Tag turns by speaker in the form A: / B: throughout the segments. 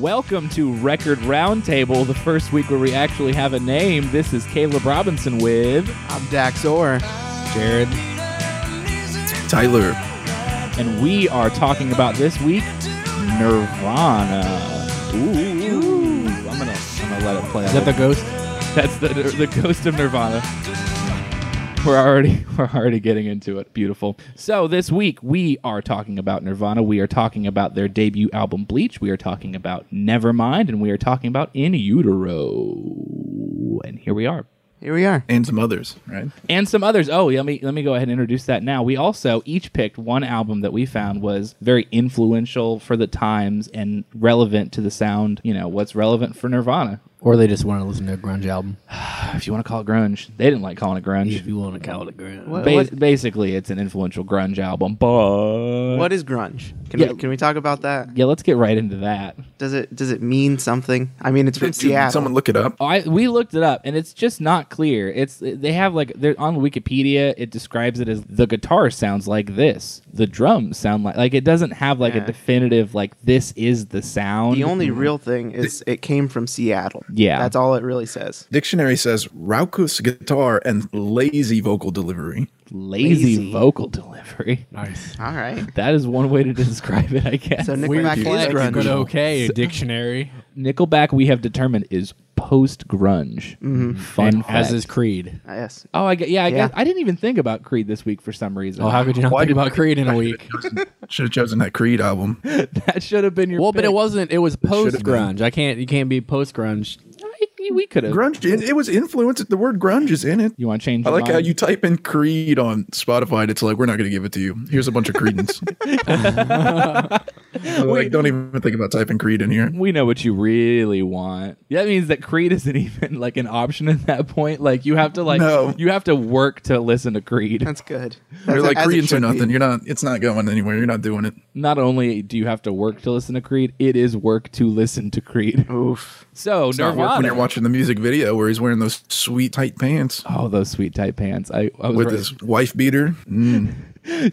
A: Welcome to Record Roundtable, the first week where we actually have a name. This is Caleb Robinson with,
B: I'm Dax Orr.
C: Jared.
D: Tyler.
A: and we are talking about this week Nirvana. Ooh, I'm gonna, I'm gonna let it play.
C: Is that the ghost?
A: That's the the ghost of Nirvana. We're already we're already getting into it. Beautiful. So this week we are talking about Nirvana. We are talking about their debut album Bleach. We are talking about Nevermind, and we are talking about In Utero. And here we are.
B: Here we are.
D: And some others, right?
A: And some others. Oh, let me let me go ahead and introduce that now. We also each picked one album that we found was very influential for the times and relevant to the sound. You know what's relevant for Nirvana.
C: Or they just want to listen to a grunge album.
A: If you want to call it grunge, they didn't like calling it grunge.
C: If you want to call it a grunge.
B: What,
A: Ba-
B: what-
A: basically, it's an influential grunge album. But
B: what is grunge? Can
A: Yeah.
B: we can we talk about that?
A: yeah, let's get right into that.
B: Does it does it mean something? I mean, it's from
D: Did
B: Seattle.
D: someone look it up?
A: I we looked it up, and it's just not clear. It's they have like they're on Wikipedia. It describes it as the guitar sounds like this, the drums sound like like it doesn't have like a
B: Yeah.
A: definitive like this is the sound.
B: the
D: Mm-hmm.
B: only real thing is it came from Seattle.
A: Yeah.
B: that's all it really says.
D: Dictionary says raucous guitar and lazy vocal delivery.
A: lazy,
B: Lazy.
A: vocal delivery.
C: Nice.
B: All right.
A: That is one way to describe it, I guess.
B: So
C: Weird
B: Nickelback is
C: flex,
B: grunge.
C: but okay, dictionary.
A: Nickelback, we have determined, is post grunge. Fun
C: and as
A: fact.
C: is Creed.
B: Ah, Yes.
A: Oh, I get, yeah, I
B: Mm-hmm. Yeah.
A: guess I didn't even think about Creed this week for some reason.
C: Oh, how could you not
D: Why
C: think
D: did-
C: about Creed in a week?
D: Should have chosen that Creed album.
A: that should have been your.
C: well, but it
A: pick.
C: wasn't. It was post
D: should've been.
C: grunge. I can't. You can't be post grunge.
A: I- we could have.
D: Grunge, it, it was influenced. The word grunge is in it.
A: You want to change?
D: I
A: your
D: like how
A: mind?
D: you type in Creed on Spotify and it's like, we're not going to give it to you. Here's a bunch of Credence. like, don't even think about typing Creed in here.
A: We know what you really want. That means that Creed isn't even like an option at that point. Like you have to like
D: No.
A: you have to work to listen to Creed.
B: That's good.
D: They're
B: That's
D: like
B: as it
D: Credence or
B: should be.
D: nothing. You're not, it's not going anywhere. You're not doing it.
A: Not only do you have to work to listen to Creed, it is work to listen to Creed.
B: Oof.
A: So
D: Oh, It's not work when
A: Nirvana.
D: you're watching the music video where he's wearing those sweet tight pants
A: oh, those sweet tight pants. I, I was
D: with
A: right.
D: his wife beater. Mm.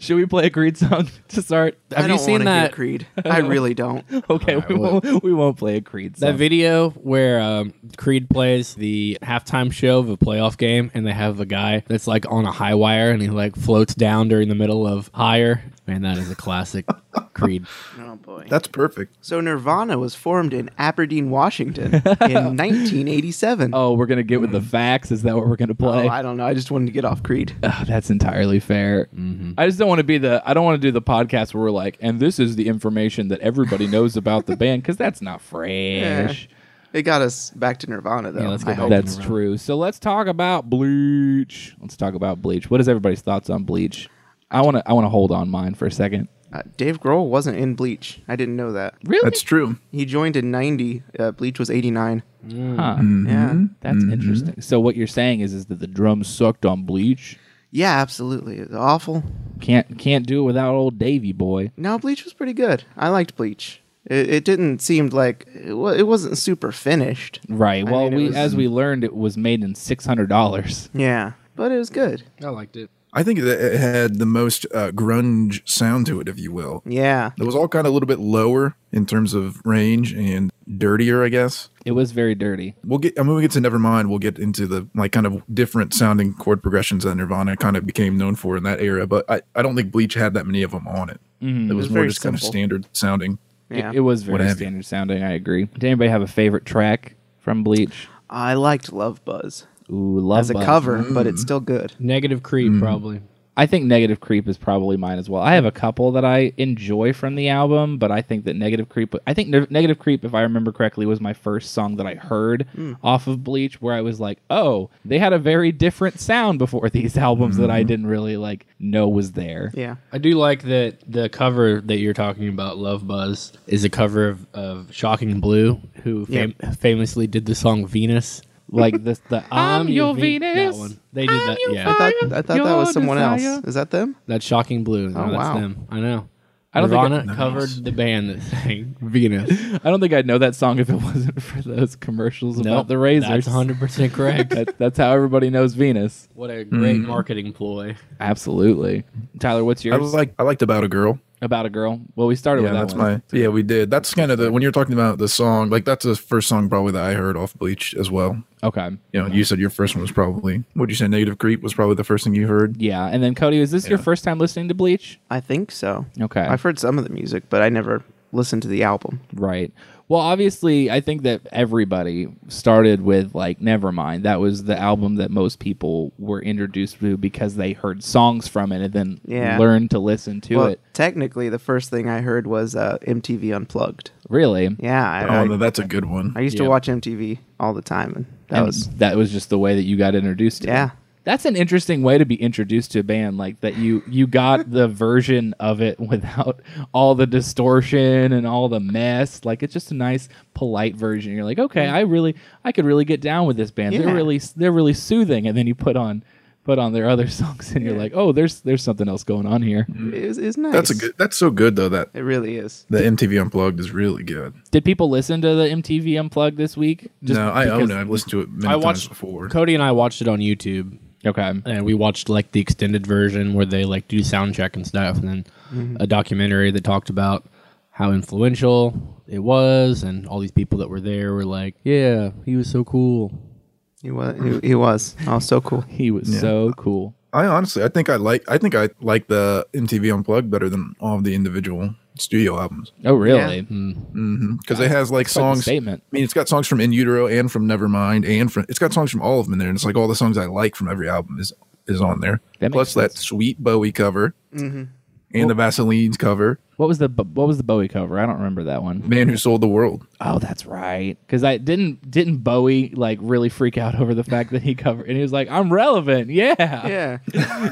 A: Should we play a Creed song to start?
B: I
C: Have you
B: don't
C: seen
B: wanna
C: that
B: Hear Creed. I really don't.
A: Okay, we
C: well-
A: won't. We won't play a Creed song.
C: that video where um, Creed plays the halftime show of a playoff game, and they have a guy that's like on a high wire, and he like floats down during the middle of higher. Man, that is a classic Creed.
B: Oh boy.
D: That's perfect.
B: so Nirvana was formed in Aberdeen, Washington, in 1987.
A: oh, we're gonna get with the facts. Is that what we're gonna play?
B: Oh, I don't know. I just wanted to get off Creed.
A: Ah, that's entirely fair. I just don't want to be the. I don't want to do the podcast where we're like, and this is the information that everybody knows about the band because that's not fresh.
B: It got us back to Nirvana, though.
C: Yeah, let's go
B: I
C: back
B: hope.
A: That's true. So let's talk about Bleach. Let's talk about Bleach. What is everybody's thoughts on Bleach? I want to. I want to hold on mine for a second.
B: Uh, Dave Grohl wasn't in Bleach. I didn't know that.
A: Really?
D: That's true.
B: He joined in 90. Uh, Bleach was 89.
A: Huh.
B: Yeah.
A: That's interesting. So what you're saying is, is that the drums sucked on Bleach?
B: Yeah, absolutely. It's awful.
A: Can't can't do it without old Davy boy.
B: No, Bleach was pretty good. I liked Bleach. It, it didn't seem like it, wa- it wasn't super finished.
A: Right.
B: I
A: Well,
B: mean, it
A: we
B: was-
A: as we learned, it was made in six hundred dollars.
B: Yeah, but it was good.
C: I liked it.
D: I think that it had the most uh, grunge sound to it, if you will.
B: Yeah.
D: It was all kind of a little bit lower in terms of range and dirtier, I guess.
A: It was very dirty.
D: We'll get. I mean, we get to Nevermind. We'll get into the like kind of different sounding chord progressions that Nirvana kind of became known for in that era. But I, I don't think Bleach had that many of them on it. It, was
B: was
D: more
B: very
D: just kind of
B: simple.
D: standard sounding.
B: Yeah.
A: It, it was
D: What
A: very
D: have you.
A: standard sounding. I agree. Did anybody have a favorite track from Bleach?
B: I liked Love Buzz
A: Ooh, love
B: as a
A: Buzz. Mm-hmm.
B: cover, but it's still good.
C: Negative Creed, probably.
A: I think Negative Creep is probably mine as well. I have a couple that I enjoy from the album, but I think that Negative Creep. I think Ne- Negative Creep, if I remember correctly, was my first song that I heard
B: Hmm.
A: off of Bleach, where I was like, "Oh, they had a very different sound before these albums that
D: Mm-hmm.
A: I didn't really like know was there."
B: Yeah.
C: I do like that the cover that you're talking about, Love Buzz, is a cover of, of Shocking Blue, who fam- famously did the song Venus.
A: Like this, the
C: I'm
A: "I'm, your
C: Ve- that
A: Venus."
C: one. They did
A: I'm
C: that,
A: your
C: yeah.
A: fire,
B: I thought, I thought that
A: your
B: was someone
A: desire.
B: else. Is that them?
C: That's Shocking Blue. No,
B: Oh,
C: that's
B: wow.
C: them. I know.
A: I don't think I-
C: Nirvana
A: Nice.
C: covered the band that sang Venus.
A: I don't think I'd know that song if it wasn't for those commercials about the razors.
C: That's 100% correct. Hmm.
A: That- that's how everybody knows Venus.
C: what a great marketing ploy.
A: Absolutely. Tyler, what's
D: I
A: yours?
D: was like I liked about a girl.
A: about a girl. Well, we started
D: Yeah,
A: with that
D: that's
A: one.
D: my. Yeah, we did. That's kind of the when you're talking about the song. Like that's the first song probably that I heard off Bleach as well.
A: okay.
D: You know, you said your first one was probably what you say. Negative Creep was probably the first thing you heard.
A: Yeah, and then Cody, is this your first time listening to Bleach?
B: I think so.
A: Okay.
B: I've heard some of the music, but I never listened to the album.
A: Right. Well, obviously, I think that everybody started with like Nevermind. That was the album that most people were introduced to because they heard songs from it and then
B: Yeah.
A: learned to listen to
B: well,
A: it.
B: technically, the first thing I heard was uh, MTV Unplugged.
A: Really.
B: Yeah, I,
D: Oh,
B: I,
D: no, that's a good one.
B: I used
A: yeah.
B: to watch MTV all the time, and that
A: And
B: was
A: that was just the way that you got introduced to it.
B: Yeah.
A: That's an interesting way to be introduced to a band like that you you got the version of it without all the distortion and all the mess. Like it's just a nice polite version. You're like, "Okay, I really I could really get down with this band. They're
B: Yeah.
A: really they're really soothing." And then you put on put on their other songs and you're like, "Oh, there's there's something else going on here."
D: Mm-hmm.
B: it was, it was nice.
D: That's a good. That's so good though. That
B: It really is.
D: the MTV Unplugged is really good.
A: Did people listen to the MTV Unplugged this week?
D: no, I
A: because-
D: own it. I've listened to it many
C: I
D: times
C: watched
D: before.
C: Cody and I watched it on YouTube.
A: Okay.
C: and we watched like the extended version where they like do sound check and stuff and then a documentary that talked about how influential it was and all these people that were there were like yeah he was so cool
B: He was. He, he was. Oh, so cool.
A: He was so cool.
D: I honestly, I think I like. I think I like the MTV Unplugged better than all of the individual studio albums
A: Oh, really?
B: Yeah.
A: Hmm.
D: because it has like
A: quite the
D: songs.
A: statement.
D: I mean, it's got songs from In Utero and from Nevermind, and from it's got songs from all of them in there, and it's like all the songs I like from every album is is on there.
A: That makes
D: Plus that sweet Bowie cover and the Vaseline's cover,
A: What was the what was the Bowie cover? I don't remember that one.
D: "Man Who Sold the World."
A: Oh, that's right. Because I didn't didn't Bowie like really freak out over the fact that he covered and he was like, "I'm relevant." Yeah.
B: Yeah.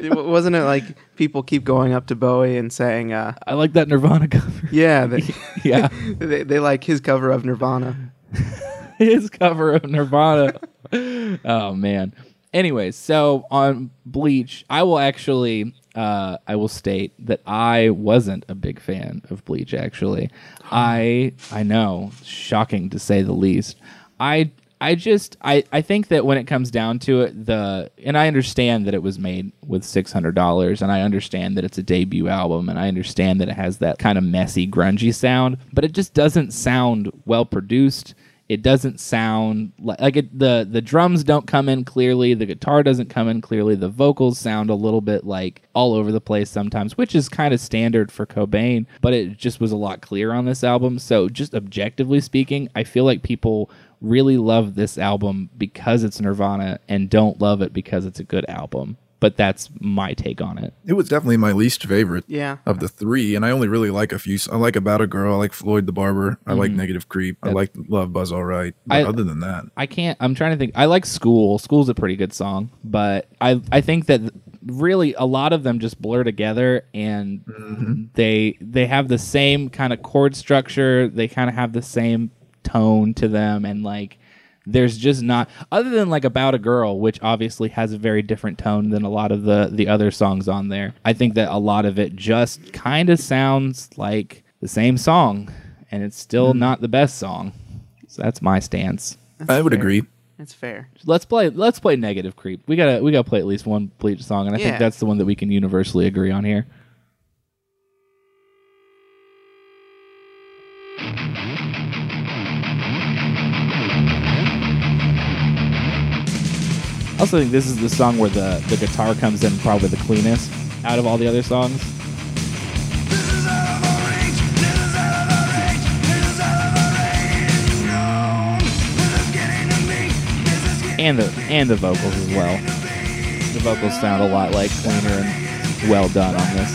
B: it, wa- wasn't it like people keep going up to Bowie and saying, uh,
A: I like that Nirvana cover.
B: "Yeah, they,
A: yeah,
B: they, they like his cover of Nirvana."
A: his cover of Nirvana. oh man. Anyways, so on Bleach, I will actually uh, I will state that I wasn't a big fan of Bleach. Actually, I I know shocking to say the least. I I just I, I think that when it comes down to it, the and I understand that it was made with six hundred dollars, and I understand that it's a debut album, and I understand that it has that kind of messy, grungy sound, but it just doesn't sound well produced. It doesn't sound like, like it, the the drums don't come in clearly, the guitar doesn't come in clearly, the vocals sound a little bit like all over the place sometimes, which is kind of standard for Cobain, but it just was a lot clearer on this album. So just objectively speaking, I feel like people really love this album because it's Nirvana and don't love it because it's a good album. But that's my take on it.
D: It was definitely my least favorite
B: Yeah.
D: of the three, and I only really like a few. s- I like About a Girl, I like Floyd the Barber, I like Negative Creep, I like Love Buzz All Right. But
A: I-
D: other than that,
A: I can't. I'm trying to think. I like School. School's a pretty good song, but I I think that really a lot of them just blur together and they they have the same kind of chord structure. They kind of have the same tone to them, and like there's just not other than like about a girl which obviously has a very different tone than a lot of the the other songs on there i think that a lot of it just kind of sounds like the same song and it's still not the best song so that's my stance
D: I would agree.
B: That's fair.
A: let's play let's play negative creep we gotta we gotta play at least one bleach song and i think
B: Yeah.
A: that's the one that we can universally agree on here I also think this is the song where the, the guitar comes in probably the cleanest out of all the other songs. And the and the vocals as well. The vocals sound a lot like cleaner and well done on this.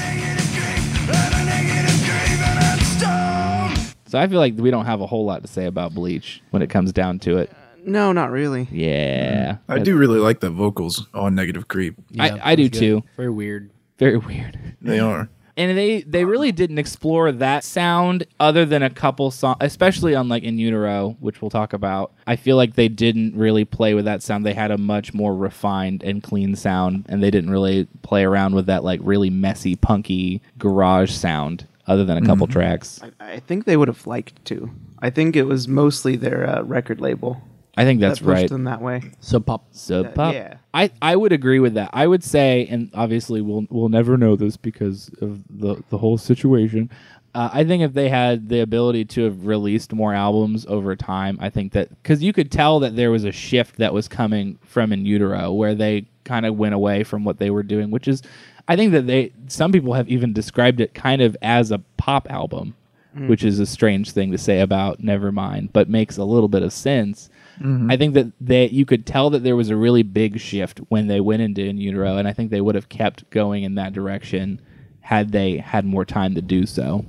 A: So I feel like we don't have a whole lot to say about Bleach when it comes down to it.
B: No, not really.
A: Yeah.
D: I do really like the vocals on Negative Creep.
A: I- I do too.
C: very weird
A: Very weird.
D: They are.
A: and they they really didn't explore that sound other than a couple songs especially on like in utero which we'll talk about i feel like they didn't really play with that sound they had a much more refined and clean sound and they didn't really play around with that like really messy punky garage sound other than a couple
B: Mm-hmm.
A: tracks
B: I think they would have liked to. I think it was mostly their uh, record label
A: i think that's
B: that pushed
A: right
B: them that way.
C: Sub Pop.
A: Sub
B: Uh,
A: Pop.
B: yeah.
A: I, I would agree with that. I would say, and obviously we'll we'll never know this because of the the whole situation. Uh, I think if they had the ability to have released more albums over time, I think that because you could tell that there was a shift that was coming from In Utero, where they kind of went away from what they were doing, which is, I think that they some people have even described it kind of as a pop album, which is a strange thing to say about Nevermind, but makes a little bit of sense. I think that they you could tell that there was a really big shift when they went into In Utero, and I think they would have kept going in that direction had they had more time to do so.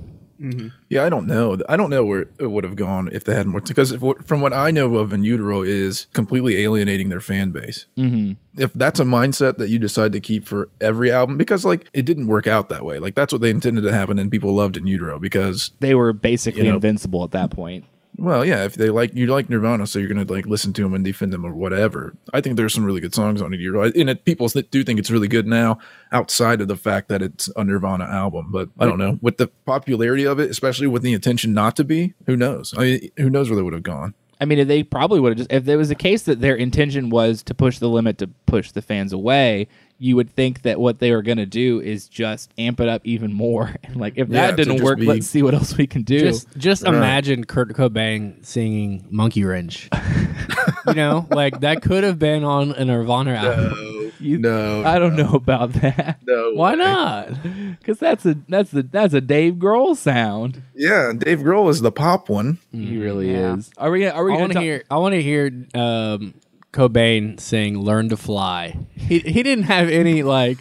D: Yeah, I don't know. I don't know where it would have gone if they had more. Because if, from what I know of, In Utero is completely alienating their fan base. Mm-hmm. If that's a mindset that you decide to keep for every album, because like it didn't work out that way. Like that's what they intended to happen, and people loved In Utero because
A: They were basically
D: You know-
A: invincible at that point.
D: Well, yeah, if they like you like Nirvana, so you're gonna like listen to them and defend them or whatever. I think there's some really good songs on it. You're right, and it, people that do think it's really good now, outside of the fact that it's a Nirvana album. But I don't know with the popularity of it, especially with the intention not to be. Who knows? I mean, who knows where they would have gone?
A: I mean, they probably would have just if there was a case that their intention was to push the limit to push the fans away. You would think that what they were going to do is just amp it up even more. And like, if
D: Yeah,
A: that
D: to
A: didn't
D: just
A: work,
D: be-
A: let's see what else we can do.
C: Just just imagine Kurt Cobain singing Monkey Wrench. you know, like that could have been on an Nirvana album.
A: You-
D: no,
A: I don't know about that
D: no.
C: Why not?
A: because that's a that's the that's a Dave Grohl sound.
D: Yeah, Dave Grohl is the pop one.
A: He really
C: yeah.
A: is. Are we? Gonna, are we?
C: I
A: gonna
C: want to
A: talk-
C: hear. I want to hear um, Cobain sing "Learn to Fly." He he didn't have any like.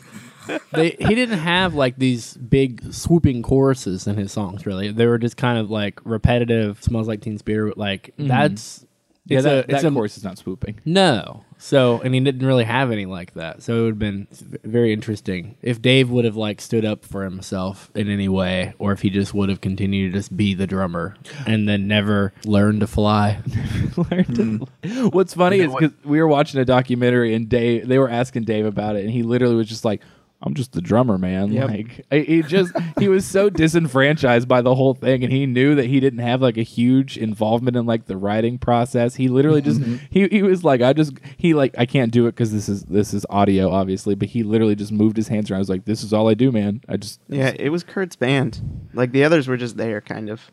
C: they, he didn't have like these big swooping choruses in his songs. Really, they were just kind of like repetitive. Smells like Teen Spirit. Like that's yeah,
A: It's
C: that,
A: a,
C: it's
A: Mm-hmm. that
C: a-
A: course is not swooping.
C: No. So, and he didn't really have any like that. So it would have been very interesting if Dave would have like stood up for himself in any way, or if he just would have continued to just be the drummer and then never learn to fly.
A: Learned to- What's funny is because we were watching a documentary and Dave, they were asking Dave about it, and he literally was just like, "I'm just the drummer, man." Like I- he just he was so disenfranchised by the whole thing, and he knew that he didn't have like a huge involvement in like the writing process. He literally just he he was like, "I just he like I can't do it because this is this is audio, obviously." But he literally just moved his hands around. I was like, "This is all I do, man. I just
B: Yeah, it was Kurt's band. Like the others were just there, kind of.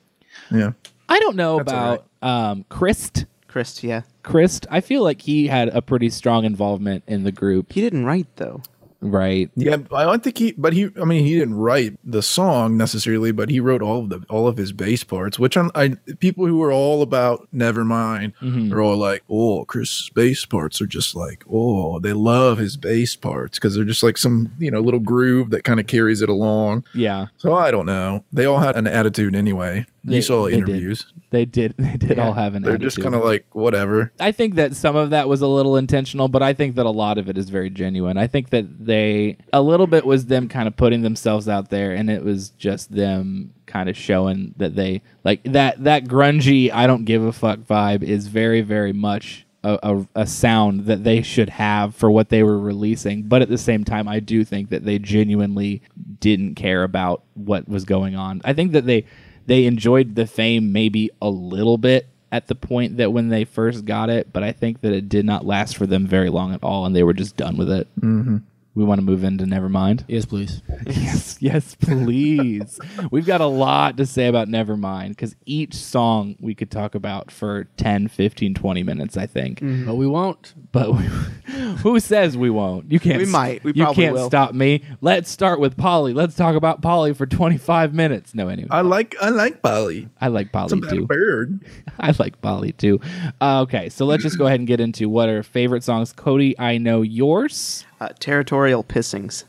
D: Yeah,
A: I don't know
D: That's all
A: about um Christ."
B: Chris, yeah,
A: Christ, I feel like he had a pretty strong involvement in the group,
B: he didn't write though.
A: right?
D: yeah. I don't think he, but he. I mean, he didn't write the song necessarily, but he wrote all of the all of his bass parts. Which I'm, I people who are all about Nevermind
A: Mm-hmm.
D: are all like, oh, Chris's bass parts are just like, oh, they love his bass parts because they're just like some you know little groove that kind of carries it along.
A: Yeah,
D: So I don't know. They all had an attitude anyway.
A: They-
D: you saw
A: they did.
D: interviews.
A: they did. They did all have an.
D: They're
A: attitude.
D: just kind of like whatever.
A: I think that some of that was a little intentional, but I think that a lot of it is very genuine. I think that they a little bit was them kind of putting themselves out there, and it was just them kind of showing that they like that that grungy I don't give a fuck vibe is very very much. A, a, a sound that they should have for what they were releasing but at the same time i do think that they genuinely didn't care about what was going on i think that they they enjoyed the fame maybe a little bit at the point that when they first got it, but I think that it did not last for them very long at all, and they were just done with it. Mm-hmm. We want to move into Nevermind.
C: Yes, please.
A: Yes, yes, please. We've got a lot to say about Nevermind because each song we could talk about for 10, 15, 20 minutes, I think.
B: Mm-hmm.
C: But we won't.
A: But we, who says we won't? You can't.
B: We might. We
A: you
B: probably
A: can't
B: will.
A: stop me. Let's start with Polly. Let's talk about Polly for 25 minutes. No,
B: Uh,
A: anyway.
D: I like I like Polly.
A: I like
D: It's a
A: Polly
D: bad
A: too.
D: bird.
A: I like Bali too. Uh, okay, so let's just go ahead and get into what are favorite songs. Cody, I know yours,
B: Uh, territorial pissings.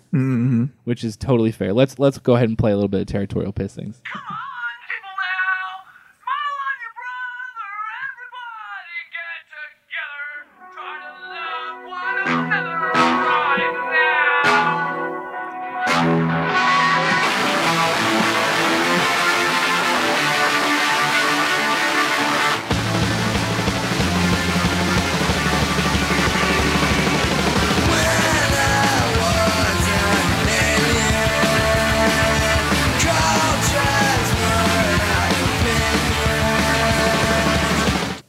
A: which is totally fair. Let's let's go ahead and play a little bit of territorial pissings.
E: on, people now! Smile on your brother! Everybody get together! Try to love one another right now!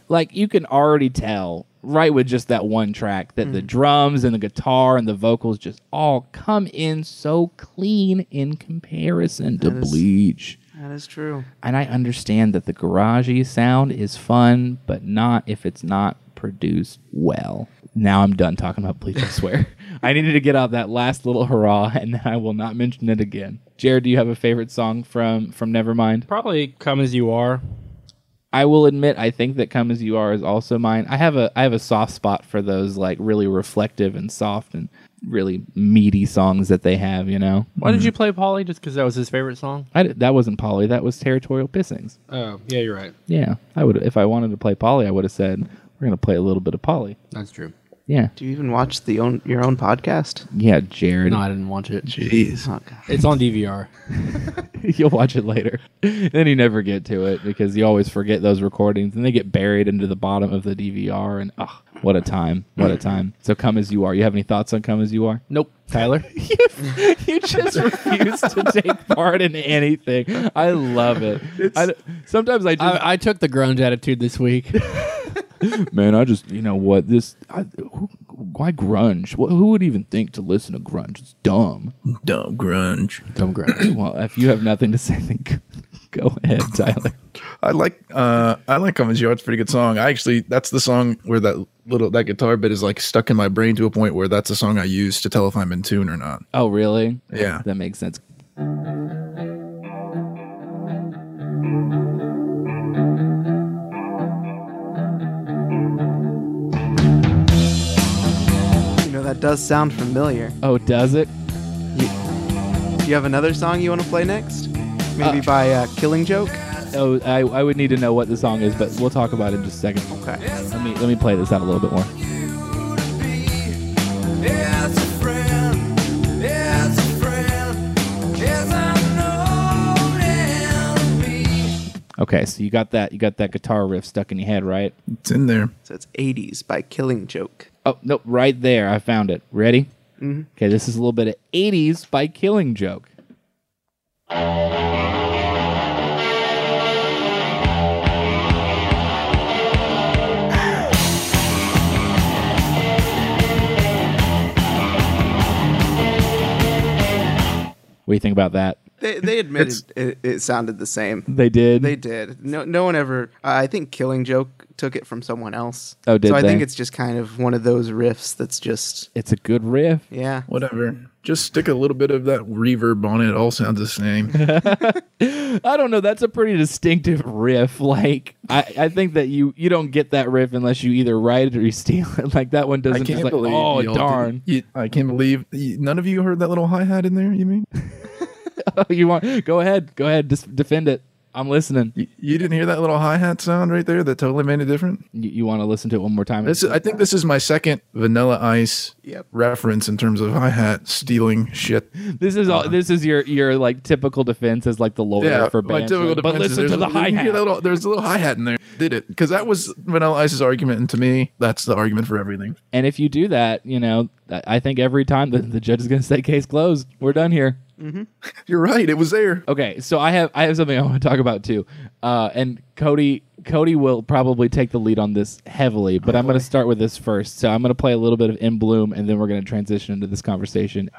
A: like you can already tell right with just that one track that the drums and the guitar and the vocals just all come in so clean in comparison to
B: is-
A: Bleach.
B: That is true.
A: And I understand that the garagey sound is fun, but not if it's not produced well. Now I'm done talking about Bleach, I swear. I needed to get out that last little hurrah and then I will not mention it again. Jared, do you have a favorite song from from Nevermind?
C: Probably come as you are.
A: I will admit I think that Come As You Are is also mine. I have a I have a soft spot for those like really reflective and soft and really meaty songs that they have, you know.
C: Why did you play Polly? Just because that was his favorite song?
A: I d that wasn't Polly, that was Territorial Pissings.
C: Oh, yeah, you're right.
A: Yeah, I would if I wanted to play Polly, I would have said we're going to play a little bit of Polly.
C: That's true.
A: Yeah.
B: Do you even watch the own your own podcast?
A: Yeah, Jared.
C: No, I didn't watch it.
D: Jeez.
B: Oh god.
C: It's on DVR.
A: You'll watch it later. then you never get to it because you always forget those recordings and they get buried into the bottom of the DVR and ugh, what a time. What a time. So come as you are. You have any thoughts on come as you are?
C: Nope. Tyler?
A: you, you just refuse to take part in anything. I love it. I d sometimes I just,
C: I, I took the grunge attitude this week.
A: man, I just, you know what? This, I, who, why grunge? Wh- who would even think to listen to grunge? It's dumb.
D: Dumb grunge.
C: Dumb grunge.
A: Well, if you have nothing to say, then g- go ahead, Tyler.
D: I like uh I like Come As You Are. It's a pretty good song. I actually that's the song where that little that guitar bit is like stuck in my brain to a point where that's the song I use to tell if I'm in tune or not.
A: Oh, really?
D: Yeah.
A: That makes sense.
B: You know that does sound familiar.
A: Oh, does it?
B: Do you have another song you want to play next? Maybe by uh, Killing Joke.
A: Oh, I, I would need to know what the song is, but we'll talk about it in just a second.
B: Okay.
A: Let me let me play this out a little bit more.
F: It's a friend, it's a friend, it's unknown enemy.
A: Okay, so you got that you got that guitar riff stuck in your head, right?
D: It's in there.
B: So it's 80s by Killing Joke.
A: Oh no, right there, I found it. Ready? Okay, this is a little bit of '80s by Killing Joke. What do you think about that?
B: They, they admitted it, it sounded the same.
A: They did.
B: They did. No no one ever. I think Killing Joke took it from someone else.
A: Oh, did
B: so I
A: they?
B: think it's just kind of one of those riffs that's just
A: it's a good riff.
B: yeah.
D: Whatever. Just stick a little bit of that reverb on it. It all sounds the same.
A: I don't know. That's a pretty distinctive riff. Like I, I think that you you don't get that riff unless you either write it or you steal it. Like that one
D: I
A: doesn't.
D: can't
A: just like,
D: believe
A: oh
D: y'all
A: darn!
D: didn't- you- I can't believe you, none of you heard that little hi hat in there. You mean
A: oh, you want? Go ahead. Go ahead. Just defend it. I'm listening. You,
D: you, you didn't hear that little hi hat sound right there? That totally made a difference.
A: you want to listen to it one more time?
D: This is, I think this is my second Vanilla Ice
B: Yep.
D: reference in terms of hi hat stealing shit.
A: this is
D: Uh-huh.
A: all. This is your your like typical defense as like the lawyer for
D: my
A: bands.
D: typical
A: but
D: defense is
A: listen to the
D: there's a-
A: hi
D: you get a
A: hat.
D: little- There's a little hi hat in there. Did it? Because that was Vanilla Ice's argument, and to me, that's the argument for everything.
A: And if you do that, you know, I I think every time the, the judge is going to say case closed. We're done here.
D: You're right. It was there.
A: Okay, so I have I have something I want to talk about too, uh, and Cody Cody will probably take the lead on this heavily, but I'm going to start with this first. So I'm going to play a little bit of In Bloom, and then we're going to transition into this conversation.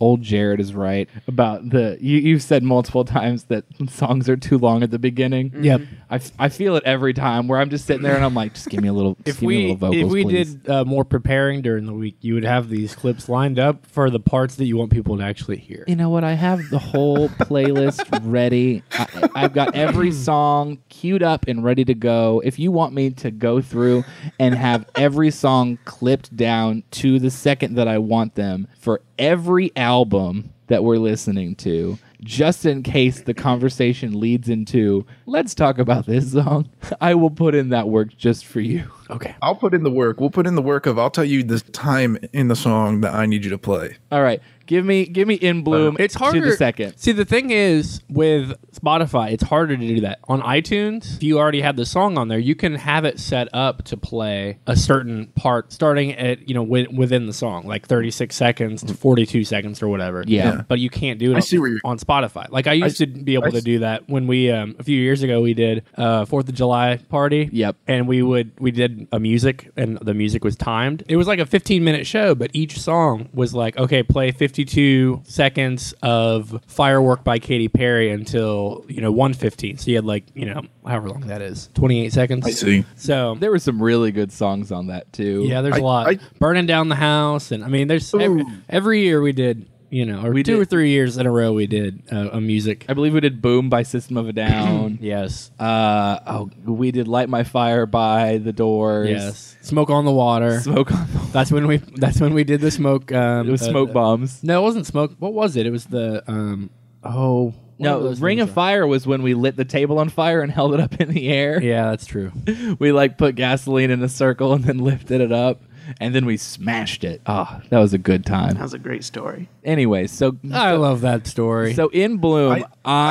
A: Old Jared is right about the you. You've said multiple times that songs are too long at the beginning.
C: Yep.
A: I, f- I feel it every time where I'm just sitting there and I'm like, just give me a little, just
C: If
A: give me a
C: we
A: little vocals,
C: if we
A: please.
C: did uh, more preparing during the week, you would have these clips lined up for the parts that you want people to actually hear.
A: You know what? I have the whole playlist ready. I, I've got every song queued up and ready to go. If you want me to go through and have every song clipped down to the second that I want them for every album that we're listening to, just in case the conversation leads into let's talk about this song. I will put in that work just for you.
C: Okay.
D: I'll put in the work. We'll put in the work of I'll tell you the time in the song that I need you to play.
A: All right, give me give me in bloom.
C: It's harder.
A: to the second.
C: See, the thing is with Spotify, it's harder to do that. On iTunes, if you already have the song on there, you can have it set up to play a certain part starting at, you know, wi- within the song, like 36 seconds to 42 seconds or whatever.
A: Yeah. Yeah.
C: But you can't do it
D: I see where you're-
C: on Spotify. Like I used to be able
D: I
C: to
D: s-
C: do that when we um, a few years ago we did uh 4th of July party.
A: Yep.
C: And we would we did a music and the music was timed. It was like a 15 minute show, but each song was like, okay, play 52 seconds of Firework by Katy Perry until, you know, 115. So you had like, you know, however long that is. 28 seconds.
D: I see.
C: So
A: There were some really good songs on that too.
C: yeah, there's a
D: I-
C: lot.
D: I-
C: Burning down the house, and I mean, there's every,
D: Ooh.
C: every year we did, you know, or two
A: did-
C: or three years in a row we did uh, a music.
A: I believe we did "Boom" by System of a Down.
C: Yes,
A: Uh, oh, we did "Light My Fire" by The Doors.
C: yes. Smoke on the water.
A: Smoke on the
C: That's when we. That's when we did the smoke. Um,
A: It was
C: uh,
A: smoke bombs.
C: No, it wasn't smoke. What was it? It was the. Um, oh what are
A: No,
C: those
A: Ring
C: things
A: of Fire was when we lit the table on fire and held it up in the air.
C: are- Yeah, that's true.
A: We like put gasoline in a circle and then lifted it up and then we smashed it. Oh, that was a good
B: That
A: time.
B: was a great story.
A: Anyway, so
C: I love that story.
A: so in bloom, I,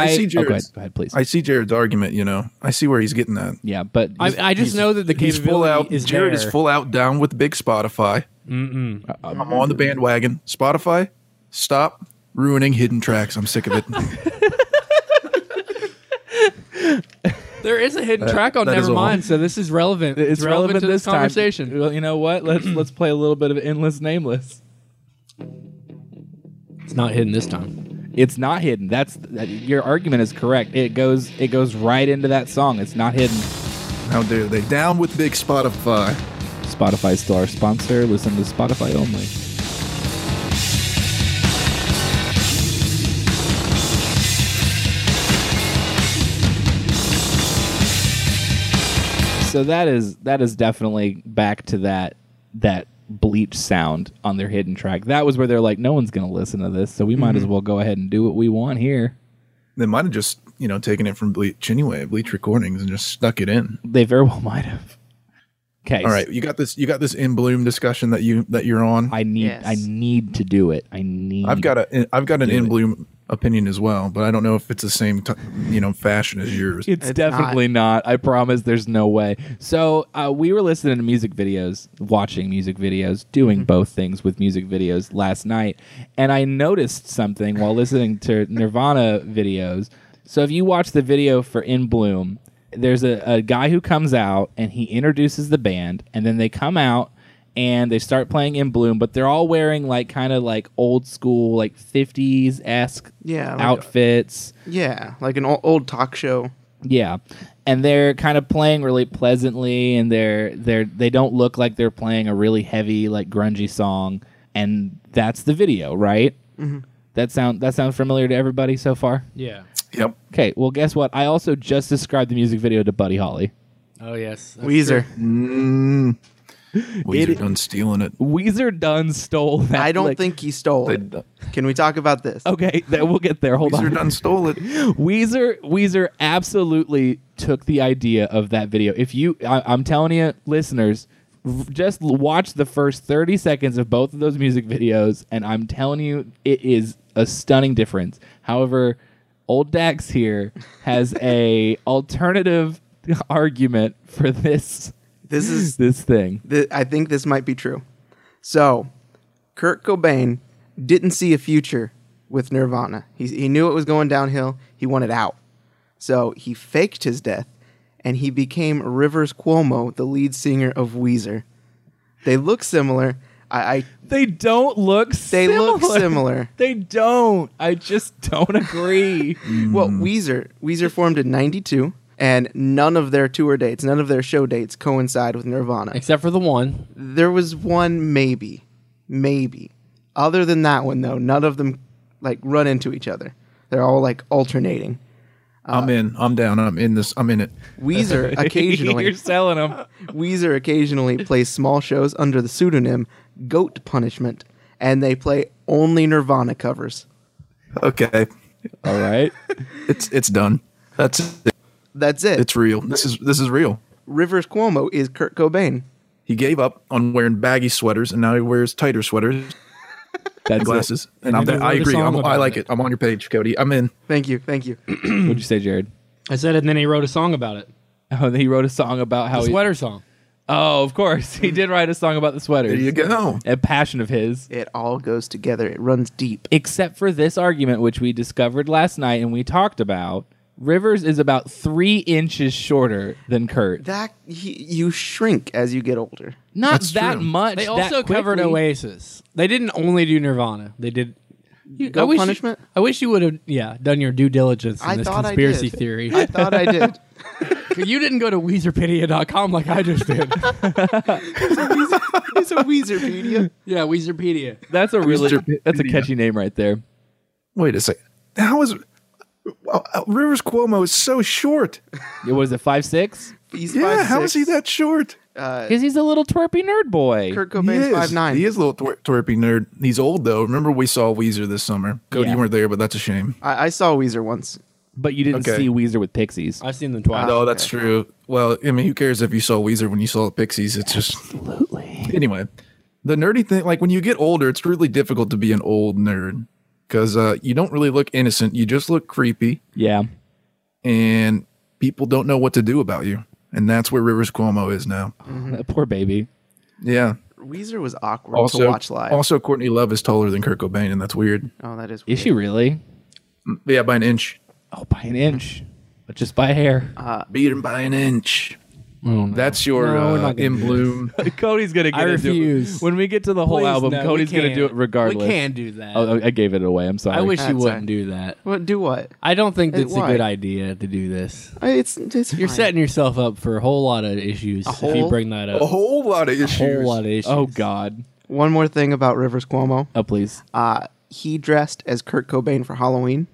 D: I see
A: oh, go ahead,
D: Jared's-
A: go ahead, please.
D: I see Jared's argument, you know. I see where he's getting at.
A: yeah, but
C: I, I just know that the
D: He's
C: capability
D: full out.
C: is
D: Jared
C: there.
D: is full out down with big Spotify. Mm-mm. I'm on the bandwagon. Spotify, stop ruining hidden tracks. I'm sick of it.
C: There is a hidden track on
D: that is a-
C: Nevermind, so this is relevant.
A: it's relevant,
C: to
A: this
C: this conversation.
A: Time. Well, you know what? Let's let's play a little bit of endless nameless.
C: It's not hidden this time.
A: It's not hidden. That's that, your argument is correct. It goes it goes right into that song. It's not hidden.
D: How dare they? Down with big Spotify.
A: Spotify is still our sponsor. Listen to Spotify only. So that is that is definitely back to that that bleach sound on their hidden track. That was where they're like, no one's gonna listen to this, so we might as well go ahead and do what we want here.
D: They might have just, you know, taken it from Bleach anyway, Bleach recordings, and just stuck it in.
A: They very well might have. Okay.
D: All right, you got this. You got this in bloom discussion that you that you're on.
A: I need
B: Yes.
A: I need to do it. I need
D: I've got a I've got an
A: Do
D: in
A: it.
D: bloom opinion as well, but I don't know if it's the same t- you know fashion as yours.
A: It's,
B: It's
A: definitely not. I promise there's no way. So uh, we were listening to music videos, watching music videos, doing
B: Mm-hmm.
A: both things with music videos last night. And I noticed something while listening to Nirvana videos. So if you watch the video for In Bloom, there's a, a guy who comes out and he introduces the band, and then they come out and they start playing In Bloom, but they're all wearing like kind of like old school, like 50s esque
B: Yeah, like- uh,
A: outfits.
B: Yeah, like an old, old talk show.
A: Yeah. And they're kind of playing really pleasantly and they're they're they don't look like they're playing a really heavy like grungy song and that's the video, right?
B: Mm-hmm.
A: That sound that sounds familiar to everybody so far?
C: Yeah.
D: Yep.
A: Okay, well guess what? I also just described the music video to Buddy Holly.
C: Oh yes. That's
B: Weezer.
D: Weezer done stealing
A: Uh,
D: it.
A: Weezer Dunn stole that.
B: I don't
A: lick.
B: think he stole it. Can we talk about this?
A: Okay, that we'll get there. Hold
D: Weezer
A: on.
D: done stole it.
A: Weezer Weezer absolutely took the idea of that video. If you, I, I'm telling you, listeners, v- just l- watch the first 30 seconds of both of those music videos, and I'm telling you, it is a stunning difference. However, old Dax here has a alternative argument for this
B: This is
A: this thing.
B: th- I think this might be true. So, Kurt Cobain didn't see a future with Nirvana. He, he knew it was going downhill. He wanted out. So, he faked his death and he became Rivers Cuomo, the lead singer of Weezer. They look similar. I, I
A: They don't look.
B: They look similar.
A: They don't. I just don't agree.
B: Well, Weezer Weezer formed in 92 and none of their tour dates, none of their show dates coincide with Nirvana.
C: Except for the one.
B: There was one maybe, maybe. Other than that one though, none of them like run into each other. They're all like alternating.
D: I'm in. I'm down. I'm in this. I'm in it.
B: Weezer
A: You're
B: occasionally
A: selling them.
B: Weezer occasionally plays small shows under the pseudonym Goat Punishment and they play only Nirvana covers.
D: Okay.
A: All right.
D: It's it's done. That's it.
B: That's it.
D: It's real. This is this is real.
B: Rivers Cuomo is Kurt Cobain.
D: He gave up on wearing baggy sweaters and now he wears tighter sweaters
A: That's
D: and glasses. And,
C: you
D: I'm
C: never
D: there. I
C: wrote a
D: agree.
C: song
D: I'm, I
C: about
D: like
C: it.
D: it. I'm on your page, Cody. I'm in.
B: Thank you, thank you.
A: It. What'd you say, Jared?
C: I said it, and then he wrote a song about it.
A: Oh, he wrote a song about how
C: A
A: he.
C: sweater song.
A: Oh, of course, he did write a song about the sweaters.
D: There you go.
A: A passion of his.
B: It all goes together. It runs deep.
A: Except for this argument, which we discovered last night and we talked about. Rivers is about three inches shorter than Kurt.
B: That he, you shrink as you get older.
A: Not
D: That's
A: that
D: true.
A: much.
C: They
A: that
C: also covered
A: quickly.
C: Oasis. They didn't only do Nirvana. They did. You,
B: Go
C: wish
B: Punishment?
C: You, I wish you would have, yeah, done your due diligence in
B: I
C: this
B: thought
C: conspiracy
B: I did.
C: theory.
B: I thought I did.
C: you didn't go to Weezerpedia.com like I just did.
B: It's a Weezerpedia.
C: yeah, Weezerpedia.
A: That's a really
D: Mr.
A: that's a
D: Wikipedia.
A: catchy name right there.
D: Wait a second. How is Wow, Rivers Cuomo is so short?
A: It was it five six?
B: He's
D: Yeah,
B: five,
D: how is
B: six.
D: he that short?
C: Uh,
A: Because he's a little twerpy nerd boy.
B: Kurt
D: He
B: Cobain's
D: is.
B: five nine.
D: He is a little twer- twerpy nerd. He's old though. Remember we saw Weezer this summer. Cody,
A: Yeah.
D: you weren't there, but that's a shame.
B: I, I saw Weezer once.
A: but you didn't
D: Okay.
A: see Weezer with Pixies.
C: I've seen them
B: Ah,
C: twice.
D: no, that's true. Well, I mean, who cares if you saw Weezer when you saw the Pixies? It's just absolutely. Anyway, the nerdy thing, like when you get older, it's really difficult to be an old nerd because uh, you don't really look innocent. You just look creepy,
A: Yeah.
D: and people don't know what to do about you. And that's where Rivers Cuomo is now.
C: mm-hmm.
A: Poor baby.
D: Yeah.
B: Weezer was awkward
D: Also,
B: to watch live.
D: also Courtney Love is taller than Kurt Cobain, and that's weird.
B: oh, that is
A: Is
B: weird.
A: she really?
D: Yeah, by an inch.
A: Oh, by an inch. But just by a hair.
D: Beat him by an inch. That's your
C: No, we're
D: uh,
C: not gonna
D: in
C: do
D: bloom.
A: Cody's gonna get
C: I
A: into it.
C: refuse.
A: When we get to the whole
C: Please,
A: album,
C: no, we
A: Cody's gonna
C: can't.
A: do it regardless.
C: We can't do that.
A: Oh, I gave it away. I'm sorry. Uh,
C: I wish
B: That's
C: you wouldn't
B: a-
C: do that.
B: What? Do what?
C: I don't think
B: Hey,
C: it's a
B: why?
C: good idea to do this.
B: I- It's it's
C: You're
B: fine.
C: setting yourself up for a whole lot of issues if you
B: whole-
C: bring that up.
D: a whole lot of issues.
C: whole lot of issues.
A: Oh God.
B: One more thing about Rivers Cuomo.
A: Oh please.
B: Uh, he dressed as Kurt Cobain for Halloween.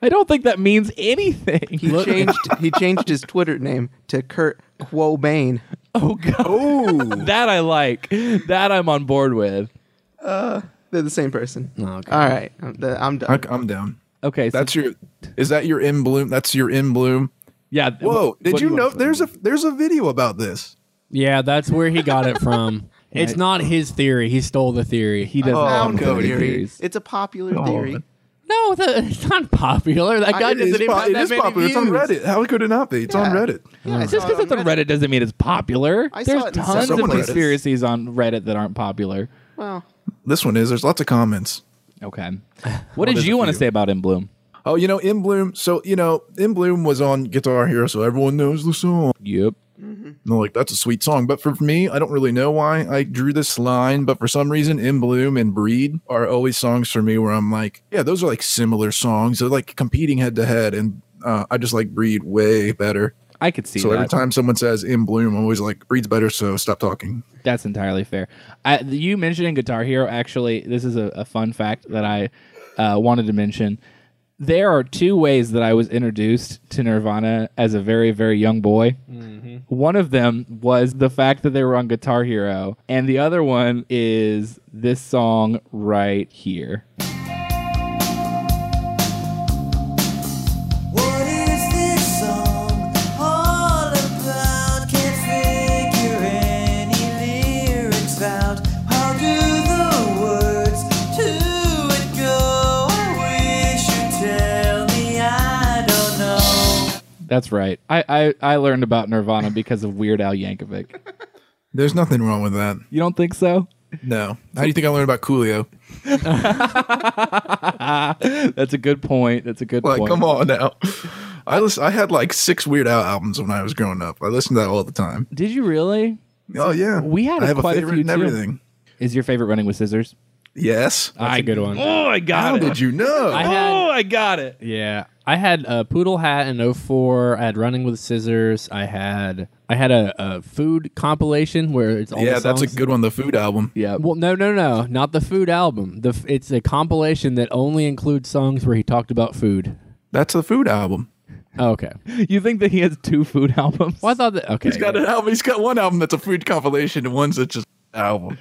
A: I don't think that means anything.
B: He changed he changed his Twitter name to Kurt Cobain.
A: oh God.
D: Oh,
A: That I like. That I'm on board with.
B: They're the same person.
C: okay.
B: All right, I'm, th- I'm done.
D: I- I'm down.
A: Okay. So,
D: That's your. Is that your in bloom? That's your in bloom.
A: yeah.
D: Whoa!
A: What-
D: Did
A: what do
D: you know
A: want to-
D: there's a there's a video about this?
C: Yeah, that's where he got it from. it's not his theory. He stole the theory.
A: He doesn't
D: Oh,
A: have any
D: Cody.
A: theories.
B: It's a popular theory.
C: no, that, it's not popular. That guy
D: It is
C: doesn't even
D: po-
C: have
D: it
C: that
D: is
C: many
D: popular. It's on
C: views.
D: Reddit. How could it not be? It's on
B: Yeah.
D: Reddit.
B: Yeah, I
A: Just
B: saw it
A: because it's
B: on
A: on Reddit doesn't mean it's popular.
B: I saw
A: There's
B: it in
A: tons of
D: several places.
A: conspiracies on Reddit that aren't popular.
B: Well,
D: This one is. There's lots of comments.
A: Okay. What did
D: there's
A: you
D: a
A: want to
D: few.
A: say about In Bloom?
D: Oh, you know, in bloom. So you know, in bloom was on Guitar Hero, so everyone knows the song.
A: Yep.
D: And they're like, that's a sweet song. But for me, I don't really know why I drew this line, but for some reason, In Bloom and Breed are always songs for me where I'm like, yeah, those are like similar songs. They're like competing head to head. And uh, I just like Breed way better.
A: I could see
D: So
A: that.
D: every time someone says In Bloom, I'm always like, Breed's better, so stop talking.
A: That's entirely fair. I, you mentioning Guitar Hero, actually, this is a, a fun fact that I uh, wanted to mention. There are two ways that I was introduced to Nirvana as a very, very young boy. One of them was the fact that they were on Guitar Hero, and the other one is this song right here.
F: What is this song all about? Can't figure any lyrics out. How do the words to it go? I wish you'd tell me I don't know.
A: That's right. I, I, I learned about Nirvana because of Weird Al Yankovic.
D: There's nothing wrong with that.
A: You don't think so?
D: No. How do you think I learned about Coolio?
A: That's a good point. That's a good
D: Like,
A: point.
D: come on now. I listen, I had like six Weird Al albums when I was growing up. I listened to that all the time.
A: Did you really?
D: Oh yeah,
A: We had
D: I have
A: quite a
D: a favorite
A: few,
D: and
A: too.
D: everything.
A: Is your favorite Running with Scissors?
D: Yes.
C: That's a good one.
A: Oh, I got
D: How did you know?
C: I
D: oh,
C: had,
A: I got it.
C: yeah, I had a poodle hat in 04. I had running with scissors. I had I had a, a food compilation where it's all
D: yeah,
C: the
D: that's a
C: songs.
D: good one. The food album.
A: Yeah.
C: Well, no, no, no, not the food album. The f- it's a compilation that only includes songs where he talked about food. Oh,
D: That's the food album.
C: Okay.
A: You think that he has two food albums?
C: Well, I thought that. Okay.
D: He's got an album. He's got one album that's a food compilation, and one's that's just an album.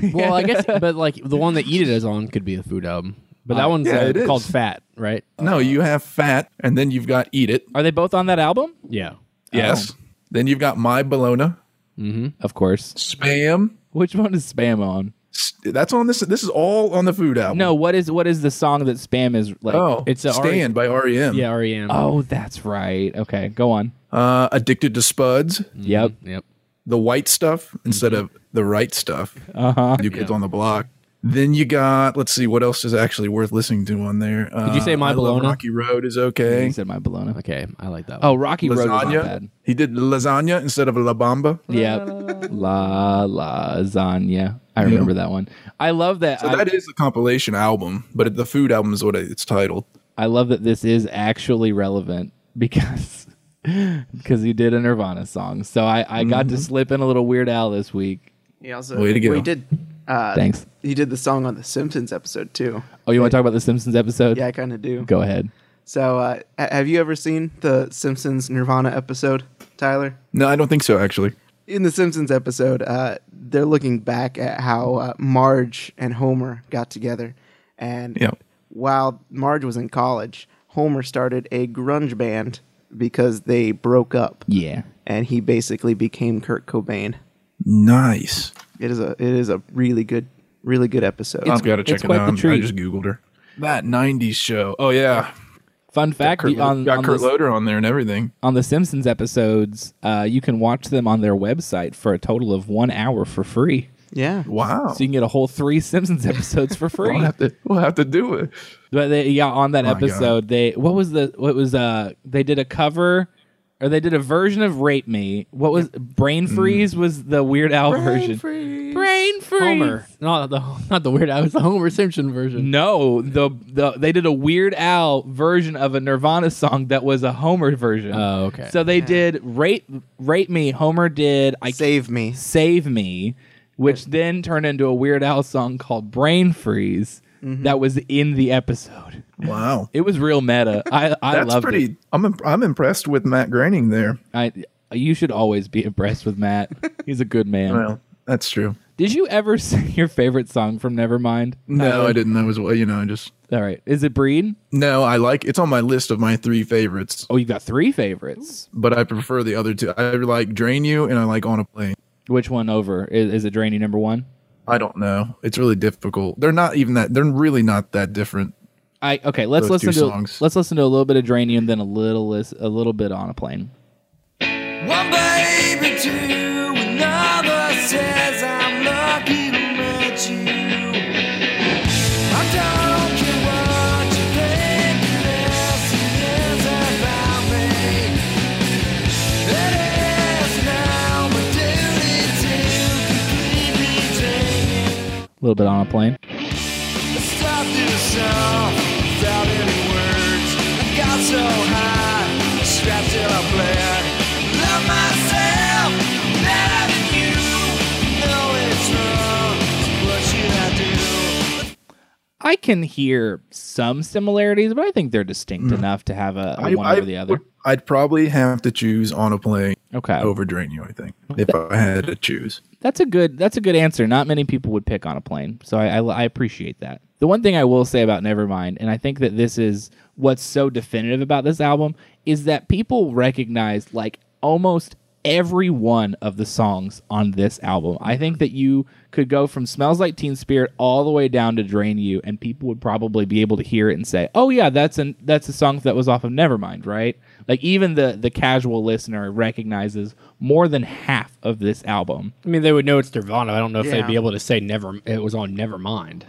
C: well, I guess, but like the one that Eat It is on could be the food album. But that one's
D: yeah,
C: uh,
D: it is.
C: called Fat, right?
D: no,
C: Uh,
D: you have fat, and then you've got eat
C: Oh.
D: it.
A: Are they both on that album?
C: Yeah.
D: Yes. Then you've got my bologna,
A: Of course.
D: spam.
A: Which one is Spam on?
D: S- That's on this. This is all on the food album.
A: No, what is what is the song that Spam is like?
D: Oh,
C: It's
D: it's
C: a E
D: Stand by E REM.
C: Yeah, E REM.
A: Oh, that's right. Okay, go on.
D: Uh, Addicted to Spuds,
A: Yep.
C: Yep.
D: the white stuff instead
A: Mm-hmm.
D: of the right stuff. Uh
A: Uh-huh.
D: huh. You kids on the block. Then you got. Let's see what else is actually worth listening to on there. Uh,
C: you say My
D: I Love
C: Bologna?
D: Rocky Road is
A: He
D: okay.
A: said my bologna.
C: Okay, I like that one.
A: Oh, Rocky Road. was not
D: Lasagna.
A: bad.
D: He did lasagna instead of La Bamba.
A: Yep. La lasagna. I remember that one. I love that.
D: So
A: I,
D: that is the compilation album, but the food album is what it's titled.
A: I love that this is actually relevant because because he did a Nirvana song. So I, I got
D: Mm-hmm.
A: to slip in a little Weird Al this week.
B: He also
D: Way to go.
B: well, he did uh,
A: Thanks.
B: he did the song on the Simpsons episode too.
A: Oh, you want to talk about the Simpsons episode?
B: Yeah, I kind of do.
A: Go ahead.
B: So, uh, ha- have you ever seen the Simpsons Nirvana episode, Tyler?
D: No, I don't think so. Actually,
B: In the Simpsons episode, uh, they're looking back at how uh, Marge and Homer got together, and
D: yeah.
B: while Marge was in college, Homer started a grunge band because they broke up,
A: Yeah.
B: and he basically became Kurt Cobain.
D: Nice.
B: It is a it is a really good really good episode.
D: I've got to
A: it's
D: check it
A: quite the
D: out. I'm- I
A: treat.
D: just googled her. That '90s show. Oh yeah,
A: Fun fact
D: Kurt,
A: on,
D: got
A: on
D: Kurt
A: the-
D: Loder on there and everything.
A: on the Simpsons episodes, uh, you can watch them on their website for a total of one hour for free.
B: yeah.
D: Wow.
A: So you can get a whole three Simpsons episodes for free.
D: we'll have to we'll have to do it.
A: But they, yeah, on that
D: My God.
A: episode, they what was the what was uh they did a cover or they did a version of Rape Me. What was Brain Freeze was the Weird Al version. Brain Freeze.
C: Homer. No, the, not the weird. I was the Homer Simpson version.
A: No, the the they did a Weird Al version of a Nirvana song that was a Homer version.
C: Oh, okay.
A: So they did Rape Rape Me. Homer did I
B: Save me.
A: Save Me, which then turned into a Weird Al song called Brain Freeze
D: Mm-hmm.
A: that was in the episode.
D: Wow.
A: It was real meta. I I
D: That's
A: love
D: pretty.
A: it.
D: I'm imp- I'm impressed with Matt Groening there.
A: I you should always be impressed with Matt. He's a good man.
D: Well, that's true.
A: Did you ever sing your favorite song from Nevermind?
D: No, I didn't. That was well, you know, I just
A: All right. Is it Breed?
D: no. I like it's on my list of my three favorites,
A: Oh, you've got three favorites.
D: but I prefer the other two. I like Drain You and I like On a Plane.
A: Which one over? Is, is it Drainy number one?
D: I don't know. It's really difficult. They're not even that. They're really not that different.
A: I okay. Let's
D: Those two
A: listen to
D: songs.
A: let's listen to a little bit of Drainy and then a little lis- a little bit on a plane.
F: One baby to another says I'm lucky to meet you. I don't care what you think this is about me. It is now my duty to completely take it.
A: A little bit on a plane.
F: Stop yourself without any words. I got so high, I strapped till I bled. Love myself better than you. Know it's wrong, so what should I do?
A: I can hear some similarities, but I think they're distinct enough to have a, a one over the other.
D: Hmm. would- I'd probably have to choose On a Plane
A: Okay.
D: over Drain You. I think if I had to choose.
A: That's a good. That's a good answer. Not many people would pick on a plane, so I, I, I appreciate that. The one thing I will say about Nevermind, and I think that this is what's so definitive about this album, is that people recognize like almost every one of the songs on this album. I think that you could go from "Smells Like Teen Spirit" all the way down to "Drain You," and people would probably be able to hear it and say, "Oh yeah, that's an that's a song that was off of Nevermind, right?" Like even the the casual listener recognizes more than half of this album.
C: I mean, they would know it's Nirvana. I don't know if they'd
B: Yeah.
C: be able to say never. It was on Nevermind.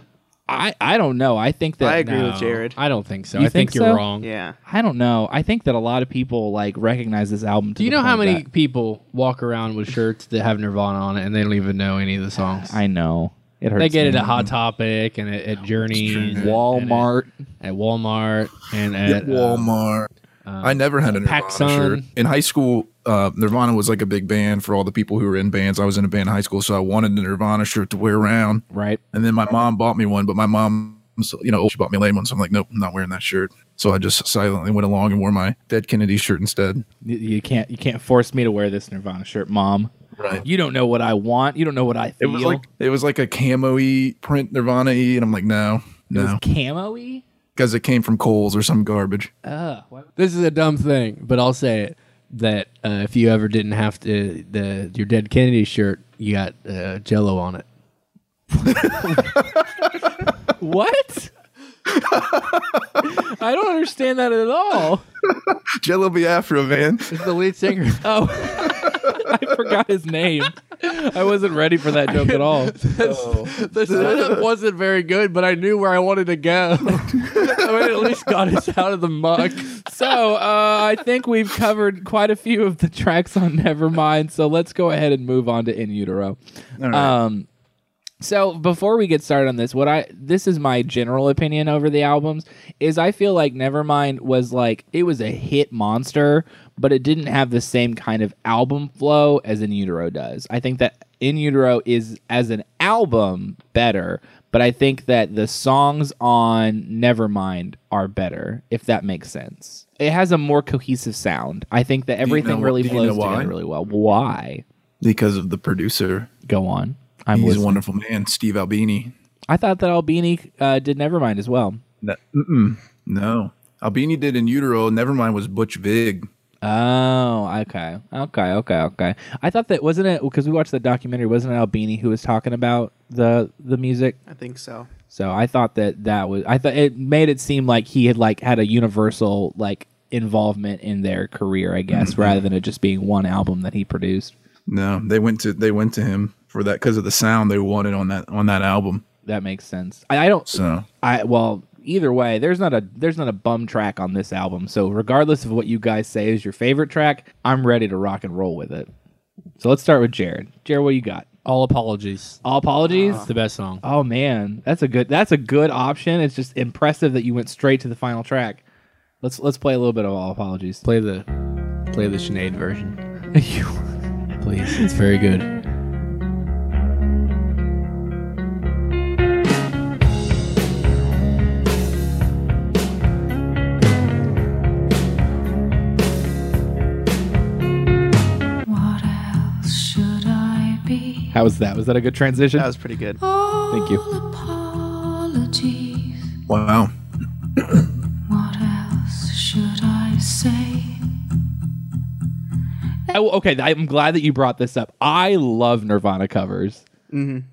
A: I, I don't know. I think that
B: I agree
C: No,
B: with Jared.
C: I don't think so.
A: You
C: I think,
A: think
C: you're
A: so?
C: wrong.
B: Yeah.
A: I don't know. I think that a lot of people like recognize this album. To
C: Do you
A: the
C: know how
A: point
C: many
A: that-
C: people walk around with shirts that have Nirvana on it and they don't even know any of the songs?
A: I know it hurts.
C: they get it
A: me.
C: at Hot Topic and at, at Journey, and at-
A: Walmart.
C: at, at Walmart, and at, uh,
A: uh,
D: at Walmart. I never had a Nirvana
C: PacSun.
D: shirt. In high school, uh, Nirvana was like a big band for all the people who were in bands. I was in a band in high school, so I wanted a Nirvana shirt to wear around.
A: Right.
D: And then my mom bought me one, but my mom, so- you know, she bought me a lame one, so I'm like, nope, I'm not wearing that shirt. So I just silently went along and wore my Dead Kennedy shirt instead.
A: You, you can't you can't force me to wear this Nirvana shirt, Mom.
D: Right.
A: You don't know what I want. You don't know what I
D: It
A: feel.
D: was like it was like a camo-y print Nirvana-y, and I'm like, no,
A: It was
D: No,
A: camo-y?
D: because it came from Coles or some garbage.
A: Ugh. why-
C: This is a dumb thing, but I'll say it. That uh, if you ever didn't have to the your dead Kennedy shirt, you got uh, Jello on it.
A: What? I don't understand that at all.
D: Jello Biafra, man.
C: It's the lead singer.
A: Oh, I forgot his name. I wasn't ready for that joke at all.
C: the setup wasn't very good, but I knew where I wanted to go. I mean, at least got us out of the muck.
A: So uh, I think we've covered quite a few of the tracks on Nevermind. So let's go ahead and move on to In Utero.
D: All right.
A: Um, so before we get started on this, what I this is my general opinion over the albums is I feel like Nevermind was like it was a hit monster, but it didn't have the same kind of album flow as In Utero does. I think that In Utero is as an album better, but I think that the songs on Nevermind are better, if that makes sense. It has a more cohesive sound. I think that everything
D: know-
A: really
D: do you
A: flows
D: know why?
A: together really well. Why?
D: because of the producer.
A: Go on. I'm
D: He's a
A: listening.
D: wonderful man, Steve Albini.
A: I thought that Albini uh, did Nevermind as well.
D: No, mm-mm, no. Albini did in utero. Nevermind was Butch Vig.
A: Oh, okay, okay, okay, okay. I thought that wasn't it because we watched the documentary. Wasn't it Albini who was talking about the the music?
B: I think so.
A: So I thought that that was. I thought it made it seem like he had like had a universal like involvement in their career, I guess, rather than it just being one album that he produced.
D: No, they went to they went to him for that because of the sound they wanted on that on that album.
A: That makes sense. I, I don't.
D: So
A: I well, either way, there's not a there's not a bum track on this album. So regardless of what you guys say is your favorite track, I'm ready to rock and roll with it. So let's start with Jared. Jared, what you got?
C: All apologies.
A: All apologies.
C: It's the best song.
A: oh man, that's a good that's a good option. It's just impressive that you went straight to the final track. Let's let's play a little bit of all apologies.
C: Play the play the Sinead version. Please, it's very good.
G: What else should I be?
A: How was that? Was that a good transition?
B: That was pretty good.
G: Thank
A: you.
G: Apologies.
D: wow,
G: What else should I say?
A: Oh, okay, I'm glad that you brought this up. I love Nirvana covers.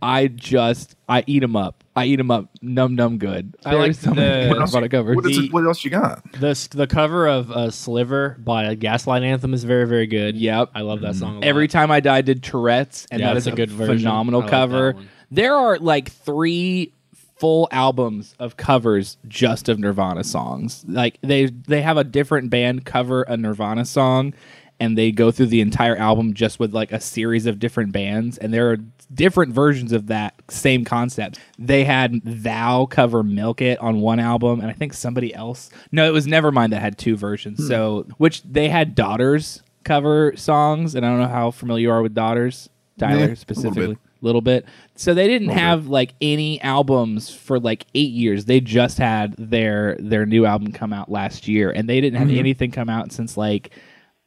A: I just I eat them up. I eat them up. Num num good.
C: I like
A: There's so many
C: the-
A: good Nirvana covers.
D: what, is
C: The-
D: it, what else you got?
C: The the cover of uh, Sliver by Gaslight Anthem is very very good.
A: Yep.
C: I love that song. A lot.
A: Every time I die did Tourette's, and
C: Yeah,
A: that
C: that's
A: is a
C: a good version.
A: phenomenal
C: I like that
A: cover.
C: one.
A: there are like three full albums of covers just of Nirvana songs. Like they they have a different band cover a Nirvana song, and they go through the entire album just with like a series of different bands, and there are different versions of that same concept. They had Thou cover Milk It on one album, and I think somebody else. No, it was Nevermind that had two versions. So which they had Daughters cover songs, and I don't know how familiar you are with Daughters. Tyler
D: bit.
A: specifically little bit. So they didn't have like any albums for like eight years. They just had their their new album come out last year, and they didn't have anything come out since like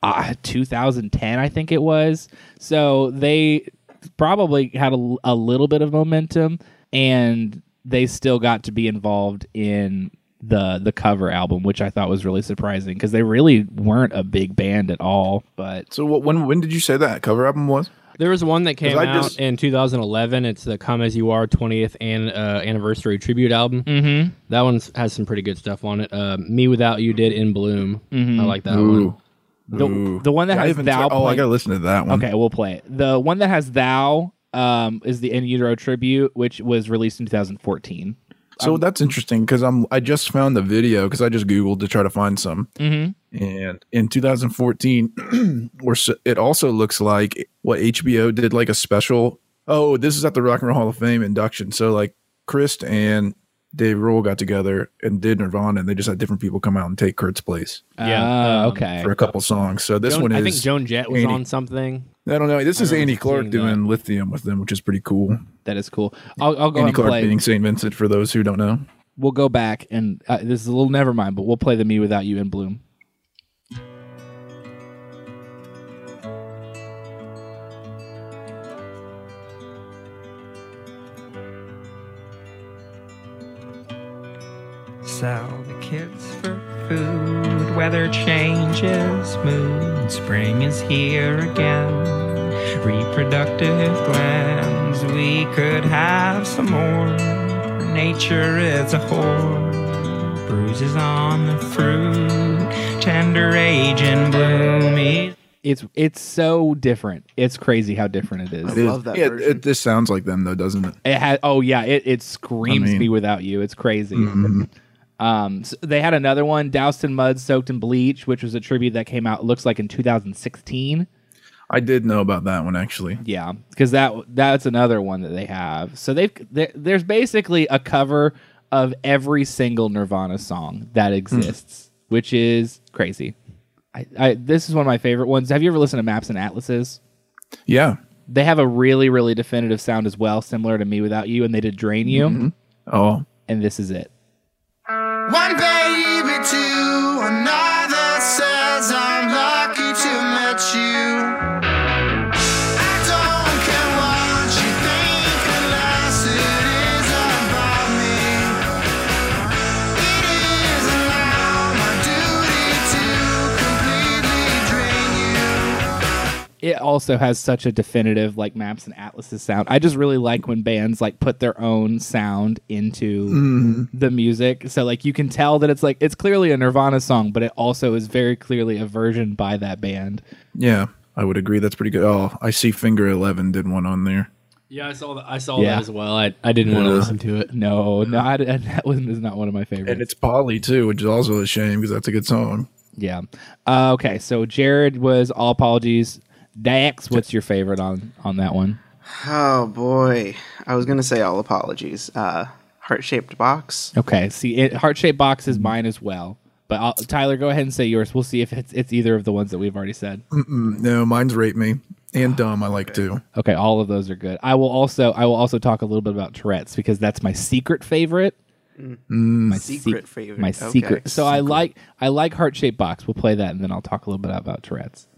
A: uh, 2010, I think it was. So they probably had a, a little bit of momentum, and they still got to be involved in the the cover album, which I thought was really surprising because they really weren't a big band at all. But
D: So what, when when did you say that cover album was?
C: There was one that came
D: 'Cause I
C: out
D: just-
C: in 2011. It's the Come As You Are 20th an, uh, anniversary tribute album. Mm-hmm. That one has some pretty good stuff on it. Uh, Me Without You did in Bloom.
D: Mm-hmm.
C: I like that one.
A: the, the one that
D: I
A: has
D: haven't.
A: Thou
D: oh, I
A: playing-
D: gotta listen to that one.
A: Okay, we'll play it. The one that has thou um, is the In Utero tribute, which was released in 2014.
D: So that's interesting because I'm I just found the video because I just googled to try to find some. Mm-hmm. And in 2014, or so, it also looks like what HBO did like a special. Oh, this is at the Rock and Roll Hall of Fame induction. So like Chris and Dave Roll got together and did Nirvana, and they just had different people come out and take Kurt's place
A: Ah,
C: um,
A: okay.
D: for a couple songs. So this
C: Joan-
D: one is
C: I think Joan Jett was
D: Andy.
C: on something.
D: I don't know. This is Andy Clark
C: seeing
D: doing Lithium with them, which is pretty cool.
A: That is cool. I'll, I'll go
D: Andy
A: and
D: Clark
A: play.
D: being St. Vincent for those who don't know.
A: We'll go back and uh, this is a little never mind, but we'll play the Me Without You in Bloom.
H: sell the kids for food. Weather changes mood. Spring is here again. Reproductive glands, we could have some more. Nature is a whore. Bruises on the fruit. Tender age in bloom. Each
C: It's it's so different. It's crazy how different it is.
B: I love that
D: yeah,
B: version.
D: it, this sounds like them though, doesn't it?
C: It had oh yeah, it, it screams
D: I mean- Mm-hmm.
C: be without you. It's crazy. Um, so they had another one, doused in mud, soaked in bleach, which was a tribute that came out looks like in 2016.
D: I did know about that one actually.
C: Yeah, because that that's another one that they have. So they've there, there's basically a cover of every single Nirvana song that exists, which is crazy. I, I this is one of my favorite ones. Have you ever listened to Maps and Atlases?
D: Yeah.
C: They have a really really definitive sound as well, similar to Me Without You, and they did Drain You,
D: Oh,
C: and this is it.
E: One baby to another says I'm lucky to met you. I don't care what you think unless it is about me. It is now my duty to completely drain you.
C: it also has such a definitive like maps and atlases sound. I just really like when bands like put their own sound into the music. So like you can tell that it's like it's clearly a Nirvana song, but it also is very clearly a version by that band.
D: yeah. I would agree. That's pretty good. Oh, I see. Finger Eleven did one on there.
A: Yeah, I saw that. I saw
C: Yeah.
A: that as well. I, I didn't want to
D: Yeah.
A: listen to it.
C: No, no, I, I- that one is not one of my favorites.
D: And it's Polly too, which is also a shame because that's a good song.
C: yeah. Uh, okay, so Jared was all apologies. Dax, what's your favorite on on that one?
B: Oh boy, I was gonna say all apologies. Uh, heart shaped box.
C: Okay, see, it, heart shaped box
A: Mm-hmm.
C: is mine as well. But I'll, Tyler, go ahead and say yours. We'll see if it's it's either of the ones that we've already said.
D: No, mine's Rape Me and Dumb. I like too.
C: Okay, all of those are good. I will also I will also talk a little bit about Tourette's because that's my secret favorite. My
B: Secret favorite.
C: My
B: Okay.
C: secret. So I like I like heart shaped box. We'll play that and then I'll talk a little bit about Tourette's.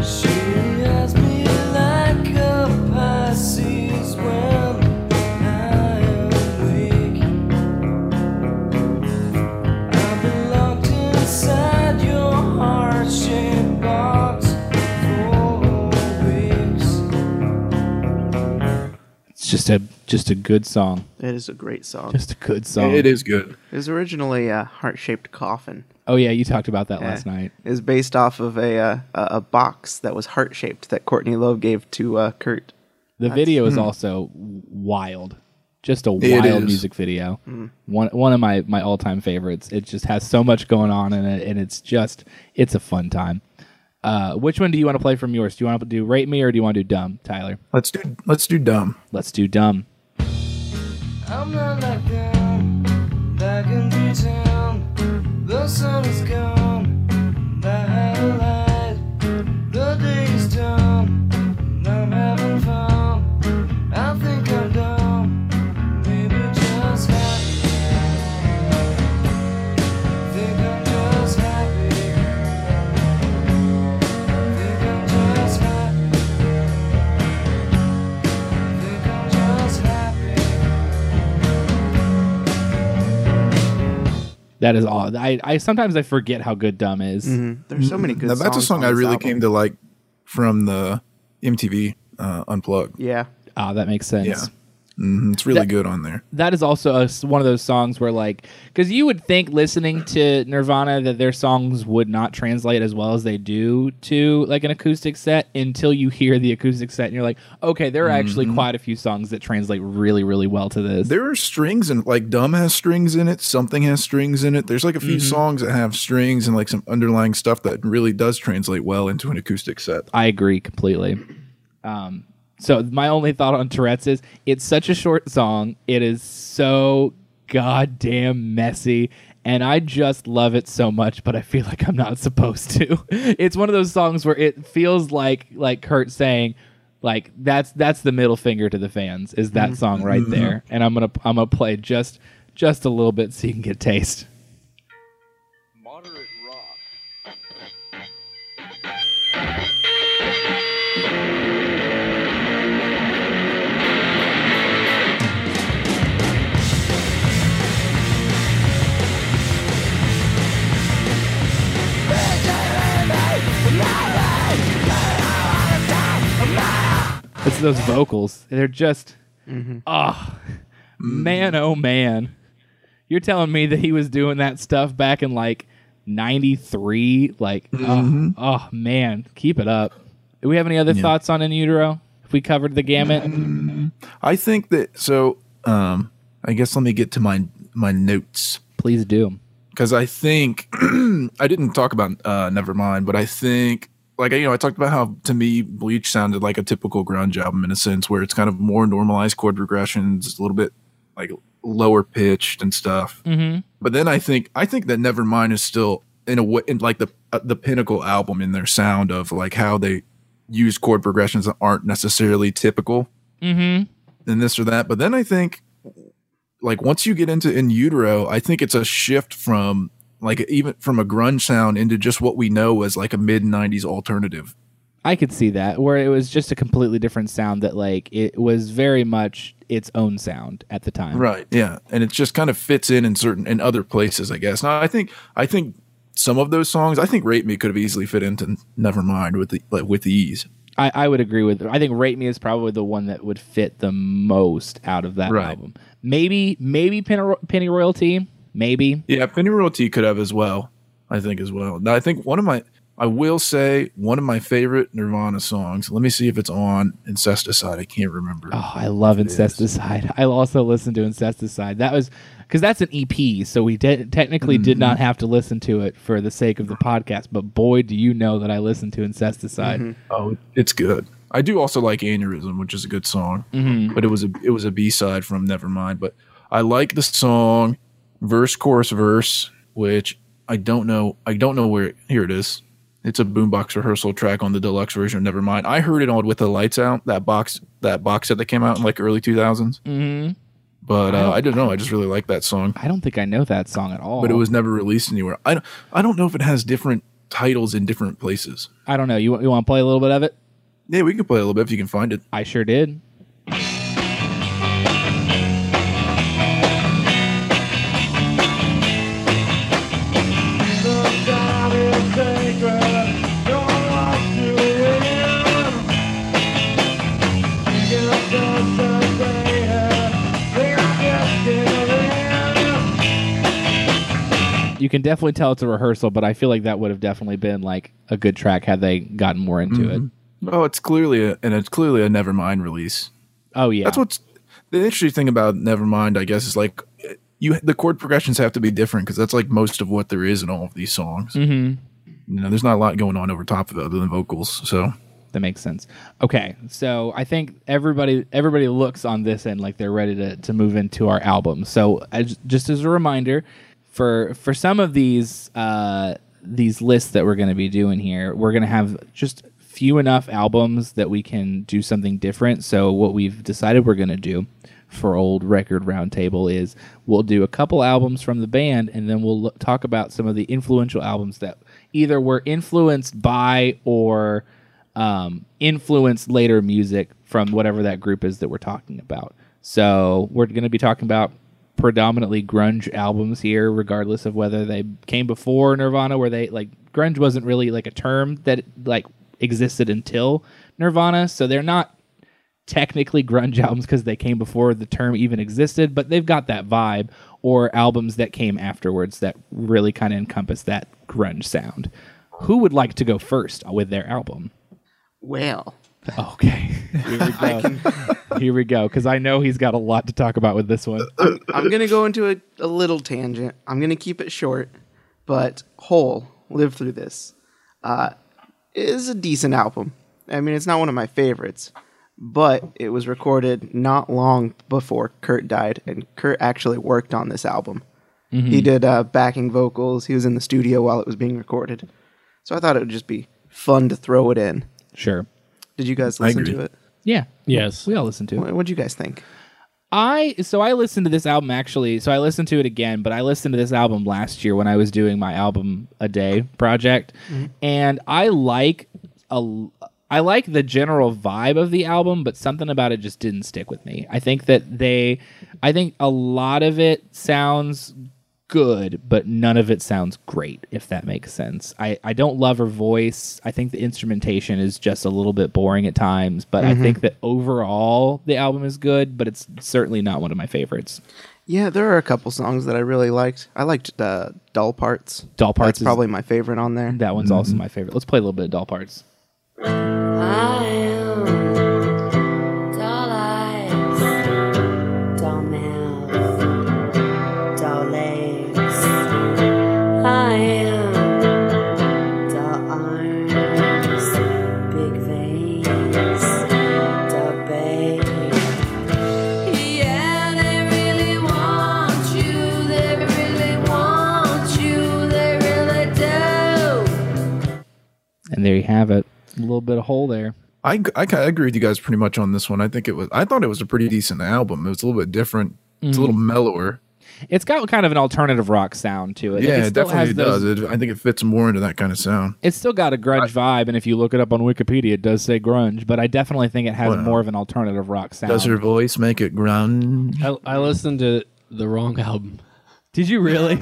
E: She has me like a Pisces when I am weak. I've been locked inside your heart-shaped box for weeks.
C: It's just a just a good song.
B: It is a great song.
C: Just a good song.
D: It is good.
B: It was originally a heart shaped coffin.
C: Oh yeah, you talked about that last
B: Eh.
C: night.
B: It was based off of a uh, a a box that was heart shaped that Courtney Love gave to uh, Kurt.
C: The video is also wild. Just a
D: hmm. It
C: wild
D: is. Hmm.
C: music video. One one of my my all time favorites. It just has so much going on in it, and it's just it's a fun time. Uh, which one do you want to play from yours? Do you want to do rate me or do you want to do dumb, Tyler?
D: Let's do let's do Dumb.
C: Let's do dumb.
E: I'm not like them. Back in the town, the sun is gone. The light, the day is done. I'm having fun. I think I'm dumb. Maybe just happy. Think I'm just happy. Think I'm just happy. Think I'm just happy.
C: That is all. I, I sometimes I forget how good dumb is.
D: Mm-hmm.
B: There's so many good.
D: Now, Mm, that's a
B: songs
D: song
B: on
D: I
B: this
D: really
B: album.
D: came to like from the MTV uh, Unplugged.
B: Yeah,
C: Ah, that makes sense.
D: Yeah. hmm It's really
C: That-
D: good on there.
C: that is also a s one of those songs where like because you would think listening to nirvana that their songs would not translate as well as they do to like an acoustic set until you hear the acoustic set and you're like okay there are actually quite a few songs that translate really really well to this
D: There are strings and like Dumb has strings in it. Something has strings in it. There's like a few songs that have strings and like some underlying stuff that really does translate well into an acoustic set.
C: i agree completely um so my only thought on tourette's is it's such a short song it is so goddamn messy and i just love it so much but i feel like i'm not supposed to it's one of those songs where it feels like like kurt saying like that's that's the middle finger to the fans is that song right there and i'm gonna i'm gonna play just just a little bit so you can get taste
I: Moderate rock.
C: those those vocals, they're just ah man oh man. You're telling me that he was doing that stuff back in like 93 like oh, oh, man, keep it up. Do we have any other thoughts on In Utero? If we covered the gamut?
D: I think that so. Um, I guess let me get to my my notes
C: Please do.
D: because I think I didn't talk about uh, Nevermind, but I think like you know I talked about how to me Bleach sounded like a typical grunge album in a sense where it's kind of more normalized chord progressions, a little bit like lower pitched and stuff. Mm-hmm. But then I think I think that Nevermind is still in a way in like the uh, the pinnacle album in their sound of like how they use chord progressions that aren't necessarily typical and this or that. But then I think, like, once you get into in utero, I think it's a shift from like even from a grunge sound into just what we know as like a mid 90s alternative.
C: I could see that where it was just a completely different sound that like it was very much its own sound at the time.
D: Right. Yeah. And it just kind of fits in in certain, in other places, I guess. Now, I think, I think some of those songs, I think Rate Me could have easily fit into Nevermind with the, like, with ease.
C: I, I would agree with. I think Rate Me is probably the one that would fit the most out of that
D: Right.
C: album. Maybe maybe Penny, Penny Royalty. Maybe
D: Yeah, Penny Royalty could have as well. I think as well. Now I think one of my I will say one of my favorite Nirvana songs. Let me see if it's on Incesticide. I can't remember.
C: Oh, I love Incesticide. I also listened to Incesticide. That was because that's an EP, so we de- technically did
D: Mm-hmm.
C: not have to listen to it for the sake of the podcast. But boy, do you know that I listened to Incesticide.
D: Oh, it's good. I do also like Aneurysm, which is a good song, but it was a it was a B side from Nevermind. But I like the song verse chorus verse, which I don't know. I don't know where. Here it is. It's a boombox rehearsal track on the deluxe version of Nevermind. I heard it on with the lights out that box that box set that came out in like early two thousands. Mm-hmm. But uh, I don't know. I just really like that song.
C: I don't think I know that song at all.
D: But it was never released anywhere. I don't, I don't know if it has different titles in different places.
C: I don't know. You want- you want to play a little bit of it?
D: Yeah, we can play a little bit if you can find it.
C: I sure did. You can definitely tell it's a rehearsal, but I feel like that would have definitely been like a good track had they gotten more into it.
D: Oh, it's clearly a, and it's clearly a Nevermind release.
C: Oh yeah,
D: That's what's the interesting thing about Nevermind, I guess, is like you the chord progressions have to be different because that's like most of what there is in all of these songs. Mm-hmm. You know, there's not a lot going on over top of it other than vocals. So
C: that makes sense. Okay, so I think everybody everybody looks on this end like they're ready to, to move into our album. So as, just as a reminder, for for some of these uh, these lists that we're going to be doing here, we're going to have just few enough albums that we can do something different. So what we've decided we're going to do for old record roundtable is we'll do a couple albums from the band and then we'll look, talk about some of the influential albums that either were influenced by or um, influenced later music from whatever that group is that we're talking about. So we're going to be talking about predominantly grunge albums here, regardless of whether they came before Nirvana, where they like grunge wasn't really like a term that like existed until Nirvana. So they're not technically grunge albums because they came before the term even existed, but they've got that vibe or albums that came afterwards that really kind of encompass that grunge sound. Who would like to go first with their album?
B: Well,
C: Okay. Here we go. Here we go. Because I know he's got a lot to talk about with this one.
B: I'm gonna go into a, a little tangent. I'm gonna keep it short, but Hole lived through this. Uh, is a decent album. I mean, it's not one of my favorites, but it was recorded not long before Kurt died, and Kurt actually worked on this album. He did uh, backing vocals. He was in the studio while it was being recorded, so I thought it would just be fun to throw it in.
C: Sure.
B: Did you guys listen
D: agree.
B: to it?
C: Yeah.
A: Yes.
C: We all listen to it.
B: What would you guys think?
C: I so I listened to this album actually. So I listened to it again, but I listened to this album last year when I was doing my album a day project, and I like a I like the general vibe of the album, but something about it just didn't stick with me. I think that they, I think a lot of it sounds
A: good, but none of it sounds great, if that makes sense. I, I don't love her voice. I think the instrumentation is just a little bit boring at times, but I think that overall the album is good, but it's certainly not one of my favorites.
B: Yeah, there are a couple songs that I really liked. I liked uh, Dull Parts.
A: Dull Parts
B: That's
A: is-
B: probably my favorite on there.
A: That one's also my favorite. Let's play a little bit of Doll Parts.
J: Doll eyes, doll mouth, doll legs. I am doll arms, big veins, doll babe. Yeah, they really want you, they really want you, they really do.
A: And there you have it. A little bit of hole there.
D: I, I kind of agree with you guys pretty much on this one. I think it was, I thought it was a pretty decent album. It was a little bit different. It's a little mellower.
A: It's got kind of an alternative rock sound to it.
D: Yeah,
A: it
D: it
A: still
D: definitely
A: has those-
D: does. It, I think it fits more into that kind of sound.
A: It's still got a grunge vibe, and if you look it up on Wikipedia, it does say grunge. But I definitely think it has
D: Well,
A: more of an alternative rock sound.
D: Does her voice make it grunge?
C: I, I listened to the wrong album.
A: Did you really?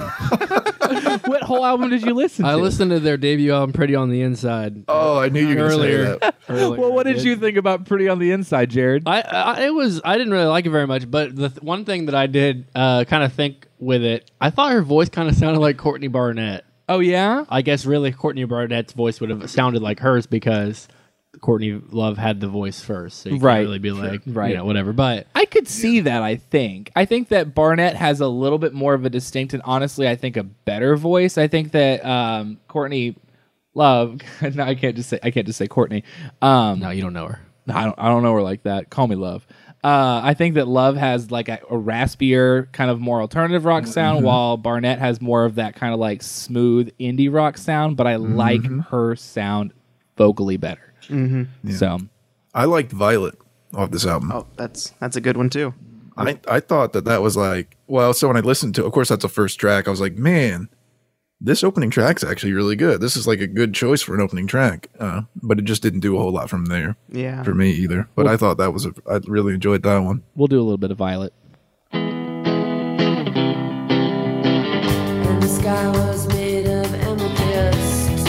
A: what whole album did you listen to?
C: I listened to their debut album, Pretty on the Inside.
D: Oh, I knew you were going to say
C: Earlier.
D: that.
C: earlier.
A: Well, what did you think about Pretty on the Inside, Jared?
C: I, I it was I didn't really like it very much, but the th- one thing that I did uh, kind of think with it, I thought her voice kind of sounded like Courtney Barnett.
A: Oh yeah,
C: I guess really Courtney Barnett's voice would have sounded like hers because Courtney Love had the voice first, so you
A: Right.
C: can't really be like
A: Right.
C: you know, whatever. But
A: I could see that. I think. I think that Barnett has a little bit more of a distinct, and honestly, I think a better voice. I think that um, Courtney Love. no, I can't just say. I can't just say Courtney. Um,
C: no, you don't know her.
A: I don't, I don't know her like that. Call me Love. Uh, I think that Love has like a, a raspier, kind of more alternative rock sound, while Barnett has more of that kind of like smooth indie rock sound. But I like her sound vocally better. So
D: I liked Violet off this album.
B: Oh, that's that's a good one too.
D: I, I thought that that was like, well, so when I listened to, of course, that's the first track. I was like, man, this opening track's actually really good. This is like a good choice for an opening track. Uh, but it just didn't do a whole lot from there
B: Yeah.
D: for me either. But I thought that was, a, I really enjoyed that one.
A: we'll do a little bit of Violet.
J: And the sky was made of amethyst.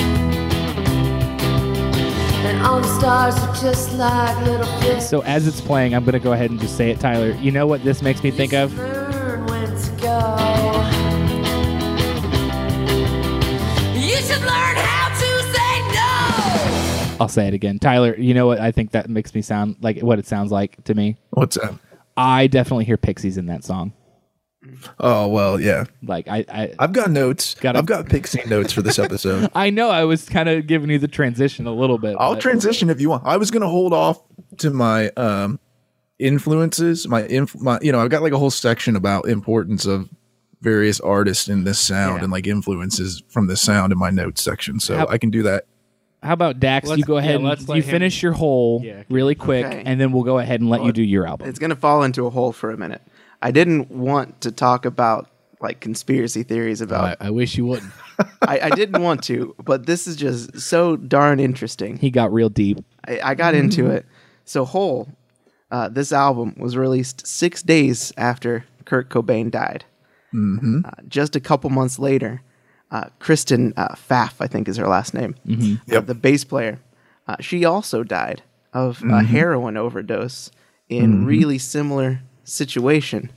J: And all the stars were just like little fists.
A: So as it's playing, I'm gonna go ahead and just say it, Tyler. You know what this makes me think of?
J: Learn when to go. You should learn how to say no.
A: I'll say it again, Tyler. You know what I think that makes me sound like what it sounds like to me.
D: What's that?
A: I definitely hear Pixies in that song.
D: Oh, well, yeah.
A: Like I, I
D: I've got notes.
A: Gotta-
D: I've got Pixie notes for this episode.
A: I know I was kind of giving you the transition a little bit.
D: I'll
A: but-
D: transition if you want. I was gonna hold off to my um influences, my inf my you know, I've got like a whole section about importance of various artists in this sound
A: Yeah.
D: and like influences from this sound in my notes section. So
A: How-
D: I can do that.
A: How about Dax?
C: Let's-
A: you go
C: yeah,
A: ahead
C: let's
A: and
C: let
A: you
C: him-
A: finish your whole
C: Yeah, okay.
A: really quick,
B: Okay.
A: and then we'll go ahead and let you do your album.
B: It's gonna fall into a hole for a minute. I didn't want to talk about like conspiracy theories
C: I,
B: about.
C: I wish you wouldn't.
B: I, I didn't want to, but this is just so darn interesting.
A: He got real deep.
B: I, I got into it. So Hole, uh, this album was released six days after Kurt Cobain died. Uh, just a couple months later, uh, Kristen uh, Pfaff, I think is her last name, uh, the bass player, uh, she also died of a heroin overdose in really similar situation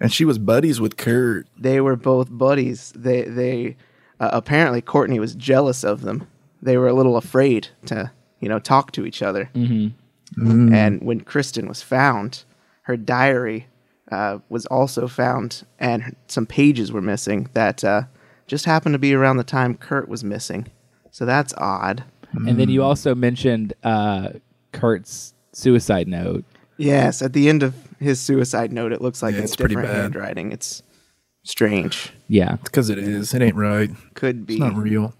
D: And she was buddies with Kurt.
B: they were both buddies. They they uh, apparently Courtney was jealous of them. They were a little afraid to you know talk to each other. Mm-hmm. And when Kristen was found, her diary uh, was also found, and some pages were missing that uh, just happened to be around the time Kurt was missing. So that's odd.
A: And then you also mentioned uh, Kurt's suicide note.
B: Yes, at the end of his suicide note, it looks like
D: Yeah,
B: it's,
D: it's pretty
B: different
D: bad.
B: handwriting. It's strange.
A: Yeah,
D: Because it is. It ain't right.
B: Could be
D: It's not real.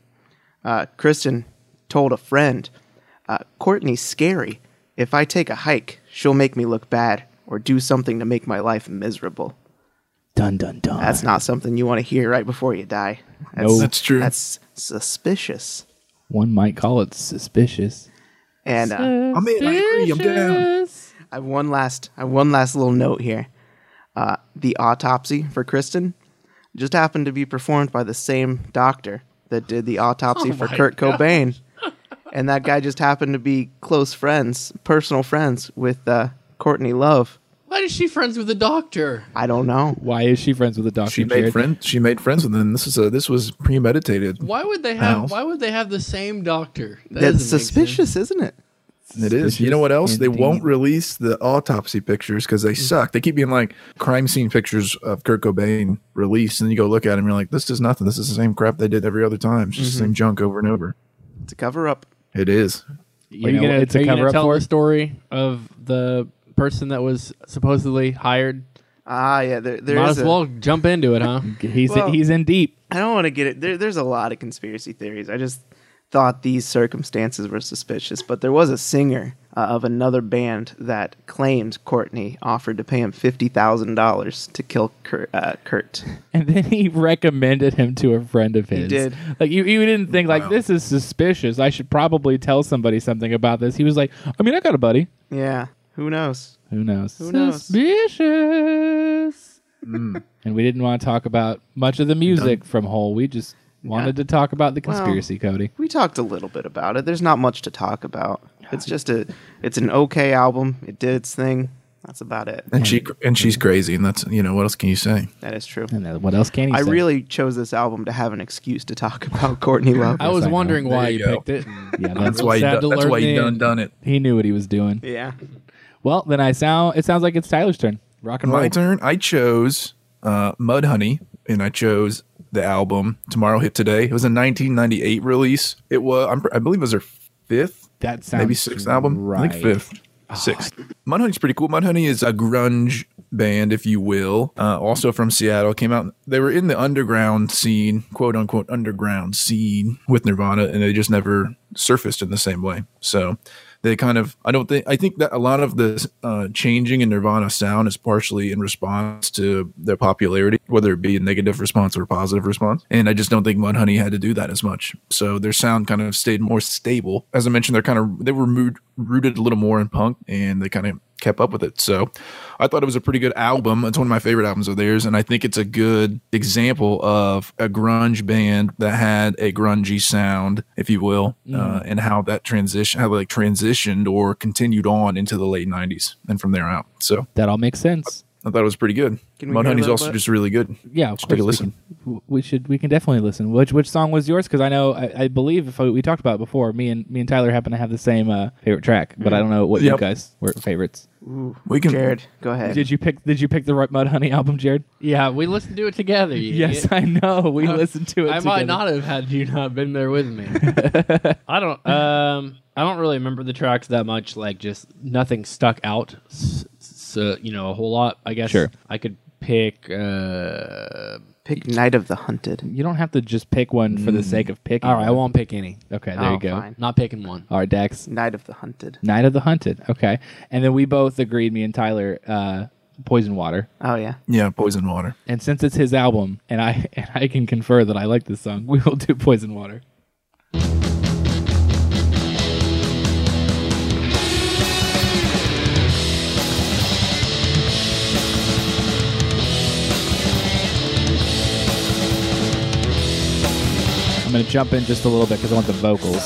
B: uh, Kristen told a friend, uh, Courtney's scary. If I take a hike, she'll make me look bad or do something to make my life miserable.
A: dun dun dun.
B: That's not something you want to hear right before you die. That's,
A: No.
D: That's true.
B: That's suspicious.
A: One might call it suspicious.
B: And uh,
D: I'm in. I agree. I'm down.
B: I have one last, I have one last little note here. Uh, the autopsy for Kristen just happened to be performed by the same doctor that did the
K: Oh
B: autopsy for Kurt Cobain. and that guy just happened to be close friends, personal friends with uh, Courtney Love.
K: Why is she friends with the doctor?
B: I don't know.
A: Why is she friends with the doctor?
D: She made
A: Jared?
D: friends. She made friends with him. This is a. This was premeditated.
K: Why would they have?
D: House.
K: Why would they have the same doctor? That
B: That's
K: doesn't make sense.
B: suspicious, isn't it?
D: It is. You know what else? They
A: Indeed.
D: won't release the Mm. autopsy pictures because they suck. They keep being like crime scene pictures of Kurt Cobain released, and you go look at them, you're like, this is nothing. This is the same crap they did every other time. It's just the same junk over and over.
B: It's a cover up.
D: It is.
A: You know, it's a
C: are you
A: cover
C: gonna
A: up
C: tell
A: for
C: the story of the person that was supposedly hired?
B: Ah, yeah, there, there
C: Might
B: is.
C: as
B: a-
C: well jump into it, huh?
A: He's
B: Well-
A: he's in deep.
B: I don't want to get it. There, there's a lot of conspiracy theories. I just thought these circumstances were suspicious, but there was a singer uh, of another band that claimed Courtney offered to pay him fifty thousand dollars to kill Kurt. Uh, Kurt.
A: And then he recommended him to a friend of his.
B: did.
A: Like you, you didn't think like this is suspicious. I should probably tell somebody something about this. He was like, I mean, I got a buddy.
B: Yeah, who knows?
A: Who knows?
B: Who knows?
A: Suspicious.
D: Mm.
A: And we didn't want to talk about much of the music from Hole. We just wanted to talk about the conspiracy, Cody.
B: We talked a little bit about it. There's not much to talk about. It's just a. It's an okay album. It did its thing. That's about it.
D: And she and she's crazy, and that's you know what else can you say?
B: That is true.
A: And then what else can he
B: I
A: say?
B: really chose this album to have an excuse to talk about Courtney Love.
C: I was
A: I know.
C: wondering why
D: There
C: you
D: you go.
C: picked it.
A: yeah,
D: That's why. You
C: sad
D: done,
C: to
D: that's
C: learn
D: why
C: the
D: you done
C: end.
D: done it.
A: he knew what he was doing.
B: yeah.
A: Well, then I sound. It sounds like it's Tyler's turn. Rock and roll.
D: My turn. I chose uh, Mud Honey, and I chose the album Tomorrow Hit Today. It was a 1998 release. It was I'm, I believe it was her fifth
A: That sounds
D: maybe sixth album. I
A: Right. Ah.
D: think fifth, sixth. Mudhoney's pretty cool. Mudhoney is a grunge band, if you will. Uh, also from Seattle, came out. They were in the underground scene, quote unquote underground scene with Nirvana, and they just never surfaced in the same way. So they kind of, I don't think, I think that a lot of the uh, changing in Nirvana sound is partially in response to their popularity, whether it be a negative response or a positive response. And I just don't think Mudhoney had to do that as much. So their sound kind of stayed more stable. As I mentioned, they're kind of they were mood, rooted a little more in punk, and they kind of kept up with it. So I thought it was a pretty good album. It's one of my favorite albums of theirs, and I think it's a good example of a grunge band that had a grungy sound, if you will,
B: Mm.
D: uh, and how that transition, how they like transitioned or continued on into the late '90s and from there out. So
A: That all makes sense.
D: I thought it was pretty good.
B: we hear a
D: Mudhoney's
B: little
D: also
B: bit?
D: just really good.
A: Yeah, of course.
D: Just take a
A: we
D: listen.
A: can- we should. We can definitely listen. Which which song was yours? Because I know. I, I believe if I, we talked about it before, me and me and Tyler happen to have the same uh, favorite track, but I don't know what you
D: Mm-hmm. Yep.
A: guys were favorites.
D: We can
B: Jared, go ahead.
A: Did you pick? Did you pick the Mud Honey album, Jared?
C: Yeah, we listened to it together. you
A: Yes,
C: idiot.
A: I know. We
C: Uh,
A: listened to it.
C: I might
A: together.
C: not have had you not been there with me. I don't. Um, I don't really remember the tracks that much. Like, just nothing stuck out. s- s- uh, you know, a whole lot. I guess.
A: Sure.
C: I could pick. Uh,
B: pick Night of the Hunted?
A: You don't have to just pick one for the sake of picking.
C: all right, I
A: one.
C: won't pick any.
A: Okay, there
B: Oh,
A: you go.
B: fine.
C: Not picking one.
A: All right, Dax.
B: Night of the Hunted.
A: Night of the Hunted. Okay, and then we both agreed, me and Tyler, uh, Poison Water.
B: Oh yeah.
D: yeah, Poison Water.
A: And since it's his album, and I and I can confer that I like this song, we will do Poison Water. I'm gonna jump in just a little bit because I want the vocals.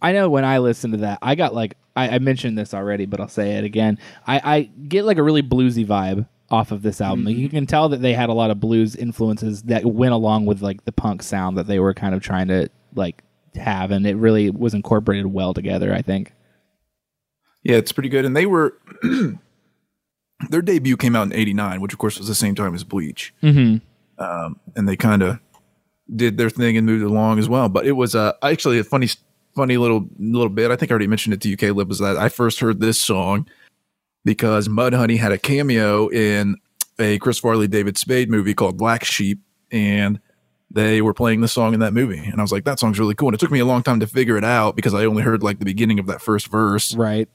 A: I know when I listen to that, I got like I, I mentioned this already, but I'll say it again. I, I get like a really bluesy vibe off of this album. Like, you can tell that they had a lot of blues influences that went along with like the punk sound that they were kind of trying to like have, and it really was incorporated well together. I think.
D: Yeah, it's pretty good. And they were their debut came out in '89, which of course was the same time as Bleach. Mm-hmm. Um, and they kind of did their thing and moved along as well. But it was uh, actually a funny, funny little little bit. I think I already mentioned it to UK Lib was that I first heard this song because Mudhoney had a cameo in a Chris Farley David Spade movie called Black Sheep, and they were playing the song in that movie, and I was like, that song's really cool. And it took me a long time to figure it out because I only heard like the beginning of that first verse
A: Right.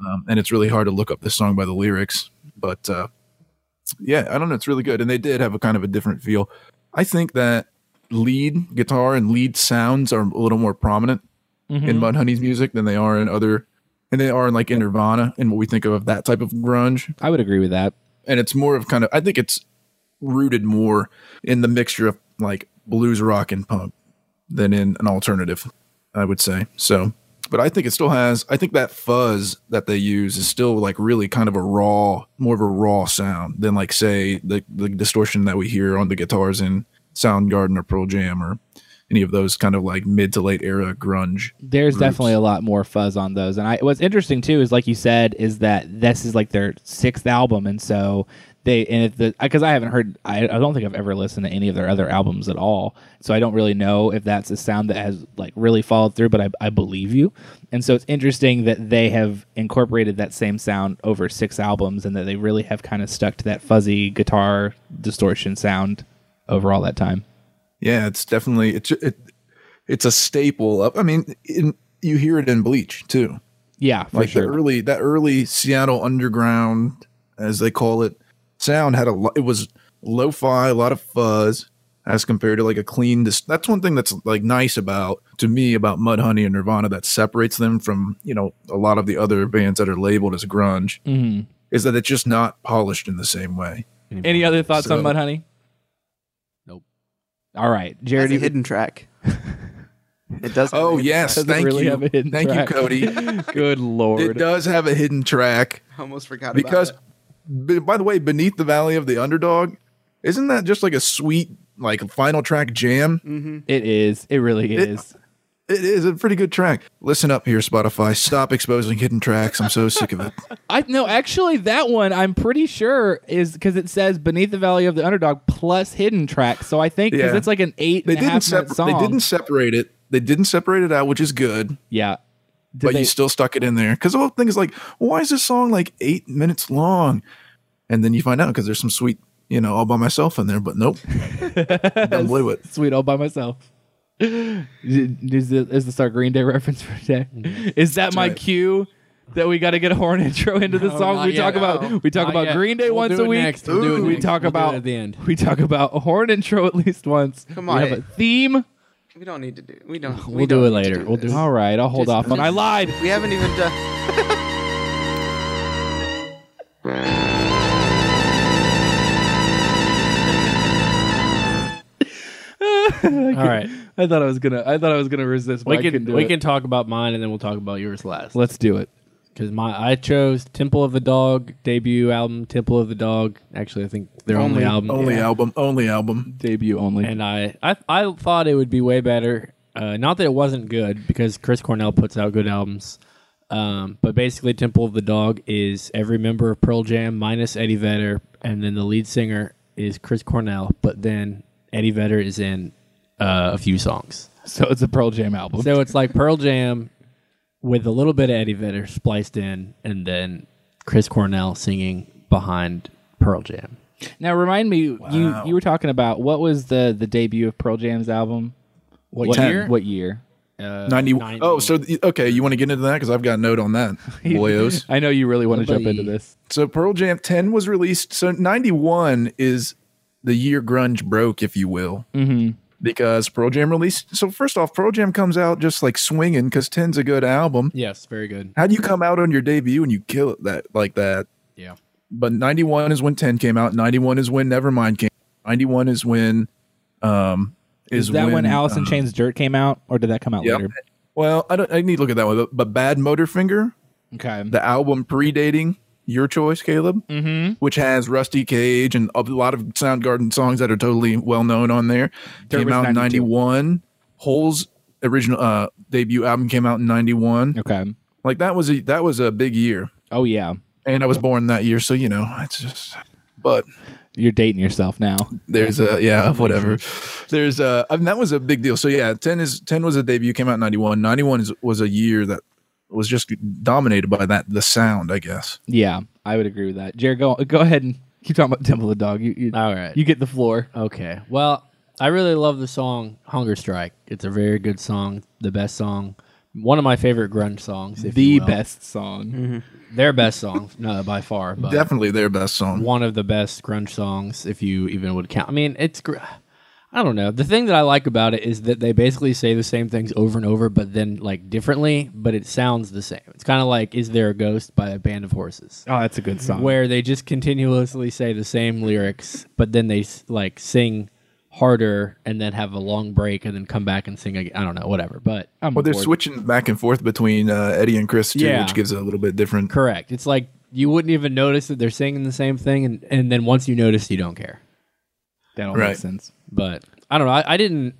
D: um, and it's really hard to look up this song by the lyrics but uh, yeah i don't know it's really good and they did have a kind of a different feel i think that lead guitar and lead sounds are a little more prominent in Mudhoney's music than they are in other, and they are in like in Nirvana and what we think of of that type of grunge.
A: I would agree with that.
D: And it's more of kind of, I think it's rooted more in the mixture of like blues rock and punk than in an alternative, I would say. So, but I think it still has, I think that fuzz that they use is still like really kind of a raw, more of a raw sound than like, say, the, the distortion that we hear on the guitars in Soundgarden or Pearl Jam or any of those kind of like mid to late era grunge.
A: There's
D: groups.
A: definitely a lot more fuzz on those. And I what's interesting too is like you said is that this is like their sixth album and so they and if the because I haven't heard I, I don't think I've ever listened to any of their other albums at all. So I don't really know if that's a sound that has like really followed through, but I, I believe you. And so it's interesting that they have incorporated that same sound over six albums and that they really have kind of stuck to that fuzzy guitar distortion sound over all that time.
D: Yeah, it's definitely it's it, it's a staple of. I mean, in, you hear it in Bleach too.
A: Yeah, for
D: Like
A: sure.
D: the early that early Seattle underground, as they call it, sound had a lot. It was lo-fi, a lot of fuzz, as compared to like a clean. Dis- that's one thing that's like nice about to me about Mudhoney and Nirvana that separates them from you know a lot of the other bands that are labeled as grunge
A: Mm-hmm.
D: is that it's just not polished in the same way.
A: Any other thoughts on
D: So-
A: Mudhoney?
C: Nope.
A: All right,
B: That's
A: Jared.
B: a
A: you-
B: hidden track. It does. have a
D: Oh
B: hidden
D: yes,
A: doesn't
D: thank
A: really
D: you,
A: have a hidden
D: thank
A: track.
D: you, Cody.
A: Good
D: It
A: lord.
D: does have a hidden track
B: track. Almost forgot
D: because,
B: about
D: b- by the way, beneath the valley of the underdog, isn't that just like a sweet like final track jam?
A: it is. It really
D: It-
A: is.
D: It is a pretty good track. Listen up here, Spotify. Stop exposing hidden tracks. I'm so sick of it.
A: I no, actually, that one I'm pretty sure is because it says "Beneath the Valley of the Underdog" plus hidden track. So I think because
D: Yeah.
A: it's like an eight
D: They
A: and a
D: didn't
A: half
D: separ-
A: minute song.
D: they didn't separate it. They didn't separate it out, which is good.
A: yeah. Did
D: but
A: they-
D: you still stuck it in there because the whole thing is like, why is this song like eight minutes long? And then you find out because there's some sweet, you know, all by myself in there. But nope, I blew it.
A: sweet all by myself. is, this, is this our Green Day reference for today?
C: Mm-hmm.
A: Is that my
D: right.
A: cue that we got to get a horn intro into the song?
C: not
A: We talk
C: yet.
A: about
D: Oh.
C: No.
A: we talk
C: Not
A: about
C: yet.
A: Green Day
C: We'll
A: once
C: do
A: a
C: it
A: week.
C: next. We'll do it
A: we
C: next.
A: talk
C: We'll do it
A: about
C: at the end.
A: We talk about a horn intro at least once.
B: Come
A: we
B: on.
A: have a theme.
B: it. We don't need to do. We don't.
C: We'll
B: we
C: do
B: don't
C: it
B: need to
C: later. We'll do
B: this.
A: All right, I'll hold
B: Just-
A: off on. I lied.
B: We haven't even done.
C: All right.
A: I thought I was gonna. I thought I was gonna resist. But
C: We
A: I
C: can
A: couldn't do
C: we
A: it.
C: can talk about mine and then we'll talk about yours last.
A: Let's do it.
C: Because my I chose Temple of the Dog debut album, Temple of the Dog. Actually, I think their only, album.
D: Only
C: Yeah.
D: album. Only album.
A: Debut only.
C: And I, I I thought it would be way better. Uh, not that it wasn't good, because Chris Cornell puts out good albums. Um, but basically, Temple of the Dog is every member of Pearl Jam minus Eddie Vedder, and then the lead singer is Chris Cornell. But then Eddie Vedder is in uh, a few songs.
A: so it's a Pearl Jam album.
C: So it's like Pearl Jam with a little bit of Eddie Vedder spliced in, and then Chris Cornell singing behind Pearl Jam.
A: now remind me, you you were talking about what was the the debut of Pearl Jam's album? What,
D: year?
A: What year?
D: 90,
C: 90.
D: Oh, so the- okay, you want to get into that because I've got a note on that, boyos.
A: I know you really want to jump
C: Nobody-
A: into this.
D: so Pearl Jam ten was released. So ninety one is the year grunge broke, if you will, mm-hmm. because Pearl Jam released. So first off, Pearl Jam comes out just like swinging because 10's a good album.
C: Yes, very good.
D: How do you come out on your debut and you kill it that like that?
C: Yeah.
D: But ninety one is when ten came out. Ninety one is when Nevermind came. Ninety one is when. Um, is,
A: Is, that when, Alice in
D: uh,
A: Chains Dirt came out, or did that come out
D: Yep.
A: later?
D: Well, I don't. I need to look at that one. But, but Bad Motorfinger
A: Okay.
D: the album predating your choice, Caleb, mm-hmm. which has Rusty Cage and a lot of Soundgarden songs that are totally well known on there.
A: There
D: came
A: was
D: out in
A: 92.
D: 91. Hole's original uh, debut album came out in 91.
A: okay.
D: Like that was a that was a big year.
A: Oh yeah.
D: And I was born that year, so you know, it's just but
A: You're dating yourself now.
D: there's a yeah, whatever. There's a I mean, that was a big deal. So yeah, 10 is 10 was a debut came out in 91. 91 is, was a year that was just dominated by that the sound, I guess.
A: Yeah, I would agree with that. Jared, go go ahead and keep talking about Temple of the Dog. You, you,
C: All right.
A: You get the floor.
C: Okay. Well, I really love the song Hunger Strike. It's a very good song, the best song, one of my favorite grunge songs. If you
A: the
C: will.
A: best song.
C: Their best song, no, by far. But
D: Definitely their best song.
C: one of the best grunge songs, if you even would count. I mean, it's. Gr- I don't know. The thing that I like about it is that they basically say the same things over and over, but then like differently, but it sounds the same. It's kind of like "Is There a Ghost" by a Band of Horses,
A: Oh, that's a good song.
C: where they just continuously say the same lyrics, but then they s- like sing harder and then have a long break and then come back and sing again. I don't know, whatever. But
A: I'm
D: Well, they're
A: bored.
D: switching back and forth between uh, Eddie and Chris too,
C: Yeah.
D: which gives it a little bit different.
C: correct, it's like you wouldn't even notice that they're singing the same thing, and and then once you notice, you don't care.
A: That all
D: Right.
A: makes sense.
C: but I don't know. I, I didn't.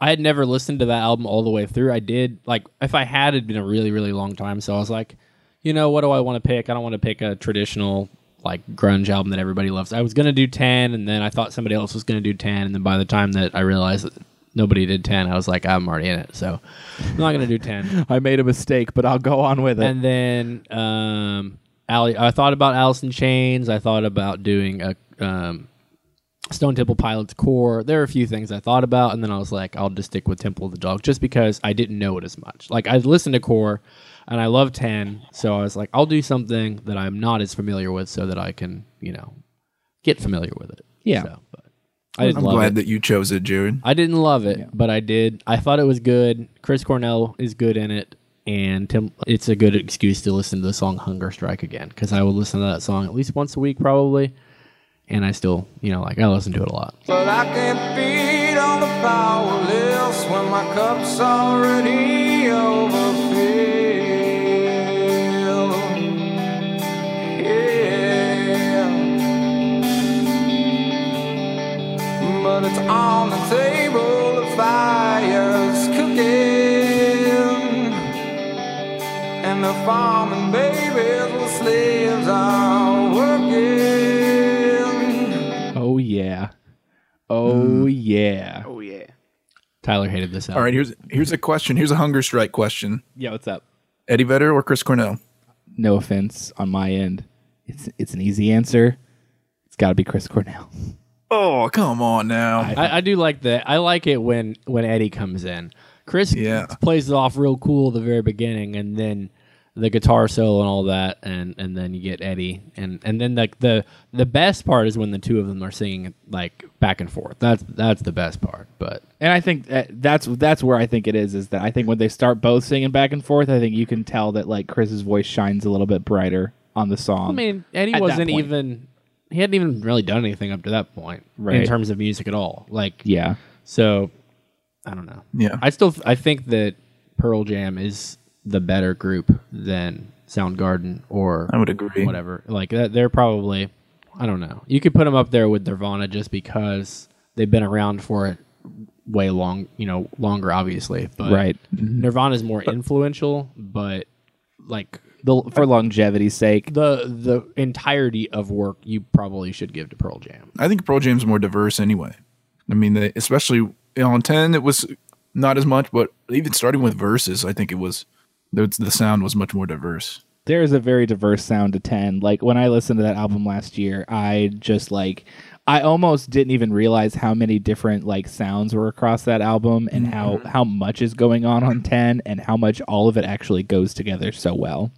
C: I had never listened to that album all the way through. I did like if I had, it'd been a really really long time. So I was like, you know, what do I want to pick? I don't want to pick a traditional like grunge album that everybody loves. I was gonna do ten, and then I thought somebody else was gonna do ten, and then by the time that I realized that nobody did ten, I was like, I'm already in it, so I'm not gonna do ten.
A: I made a mistake, but I'll go on with it.
C: and then um, Ali, I thought about Alice in Chains. I thought about doing a um, Stone Temple Pilots core. There are a few things I thought about, and then I was like, I'll just stick with Temple of the Dog, just because I didn't know it as much. Like I listened to core, and I love ten, so I was like, I'll do something that I'm not as familiar with, so that I can, you know, get familiar with it.
A: Yeah.
C: So, but I didn't
D: I'm
C: love
D: glad
C: it.
D: that you chose it, Jared.
C: I didn't love it, but I did. I thought it was good. Chris Cornell is good in it, and Tim, it's a good excuse to listen to the song "Hunger Strike" again because I will listen to that song at least once a week probably, and I still, you know, like I listen to it a lot.
F: But I can't feed on the powerless when my cup's already overfilled. Yeah. But it's on the table, the fire's cooking. And the farming babies with slaves are working.
A: oh yeah, oh yeah.
B: Oh yeah.
C: Tyler hated this album.
D: All right, here's here's a question. Here's a hunger strike question.
A: Yeah, what's up?
D: Eddie Vedder or Chris Cornell?
A: No offense on my end. It's it's an easy answer. It's got to be Chris Cornell.
D: Oh, come on now.
C: I, I do like that. I like it when when Eddie comes in. Chris
D: Yeah.
C: plays it off real cool at the very beginning, and then the guitar solo and all that, and and then you get Eddie, and and then like the the best part is when the two of them are singing like back and forth. That's that's the best part. But
A: And I think that, that's that's where I think it is. Is that I think when they start both singing back and forth, I think you can tell that like Chris's voice shines a little bit brighter on the song.
C: I mean, Eddie
A: At that
C: wasn't
A: point.
C: even he hadn't even really done anything up to that point in
A: Right.
C: terms of music at all. Like
A: yeah,
C: so, I don't know.
D: yeah.
C: I still I think that Pearl Jam is the better group than Soundgarden or
D: I would agree.
C: whatever. Like that, they're probably I don't know. You could put them up there with Nirvana just because they've been around for it way long, you know, longer obviously. But
A: right.
C: Nirvana's more influential, but like
A: The, for longevity's sake,
C: the the entirety of work you probably should give to Pearl Jam.
D: I think Pearl Jam's more diverse anyway. I mean, they, especially on 10, it was not as much, but even starting with verses, I think it was the, the sound was much more diverse.
A: there is a very diverse sound to 10 like when i listened to that album last year i just like i almost didn't even realize how many different like sounds were across that album and how how much is going on on 10 and how much all of it actually goes together so well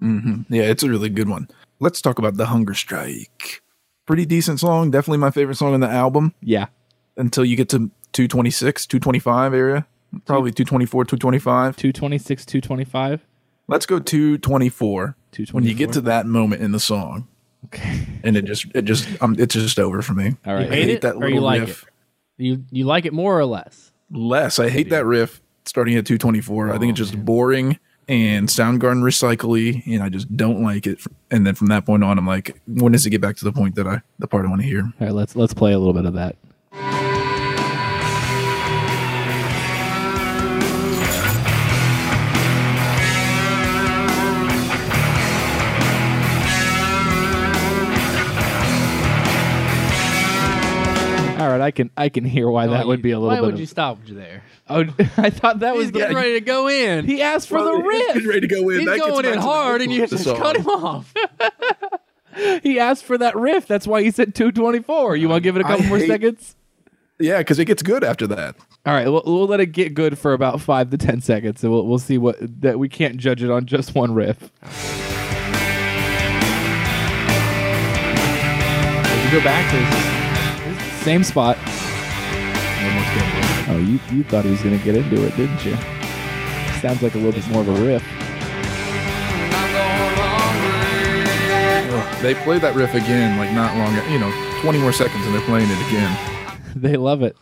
D: Yeah, it's a really good one. Let's talk about The Hunger Strike. Pretty decent song, definitely my favorite song on the album
A: yeah
D: until you get to 226, 225 area, probably 224, 225.
A: 226 225
D: Let's go 224.
A: 224.
D: When you get to that moment in the song,
A: okay
D: and it just it just um, it's just over for me.
A: all right
D: I
C: Hate
D: hate
C: it
D: that
C: or
D: little
C: you like
D: riff.
C: it? You you like it more or less?
D: less. I hate that riff starting at 224. I think it's just boring and Soundgarden recycle and I just don't like it. And then from that point on, I'm like, when does it get back to the point that I the part I want to hear?
A: all right let's let's play a little bit of that all right i can i can hear why that would be a little
C: Why
A: bit
C: would
A: of-
C: you stop there?
A: Oh, I thought that was
C: He's
A: the.
C: getting ready to go in.
A: He asked for the
D: He's
A: riff.
D: ready to go in.
C: He's
D: That gets
C: going
D: back
C: in
D: to the
C: hard,
D: good
C: and you
D: part of the
C: just
D: song.
C: cut him off.
A: He asked for that riff. That's why he said 224. You want to give it a
D: I
A: couple more
D: hate-
A: seconds?
D: Yeah, because it gets good after that.
A: All right, we'll, we'll let it get good for about five to ten seconds, and we'll we'll see what that we can't judge it on just one riff.
C: you go back to
A: Same spot.
D: There
A: Oh, you, you thought he was going to get into it, didn't you? Sounds like a little bit more of a riff.
D: Ugh, They played that riff again, like not long, you know, 20 more seconds, and they're playing it again.
A: they love it.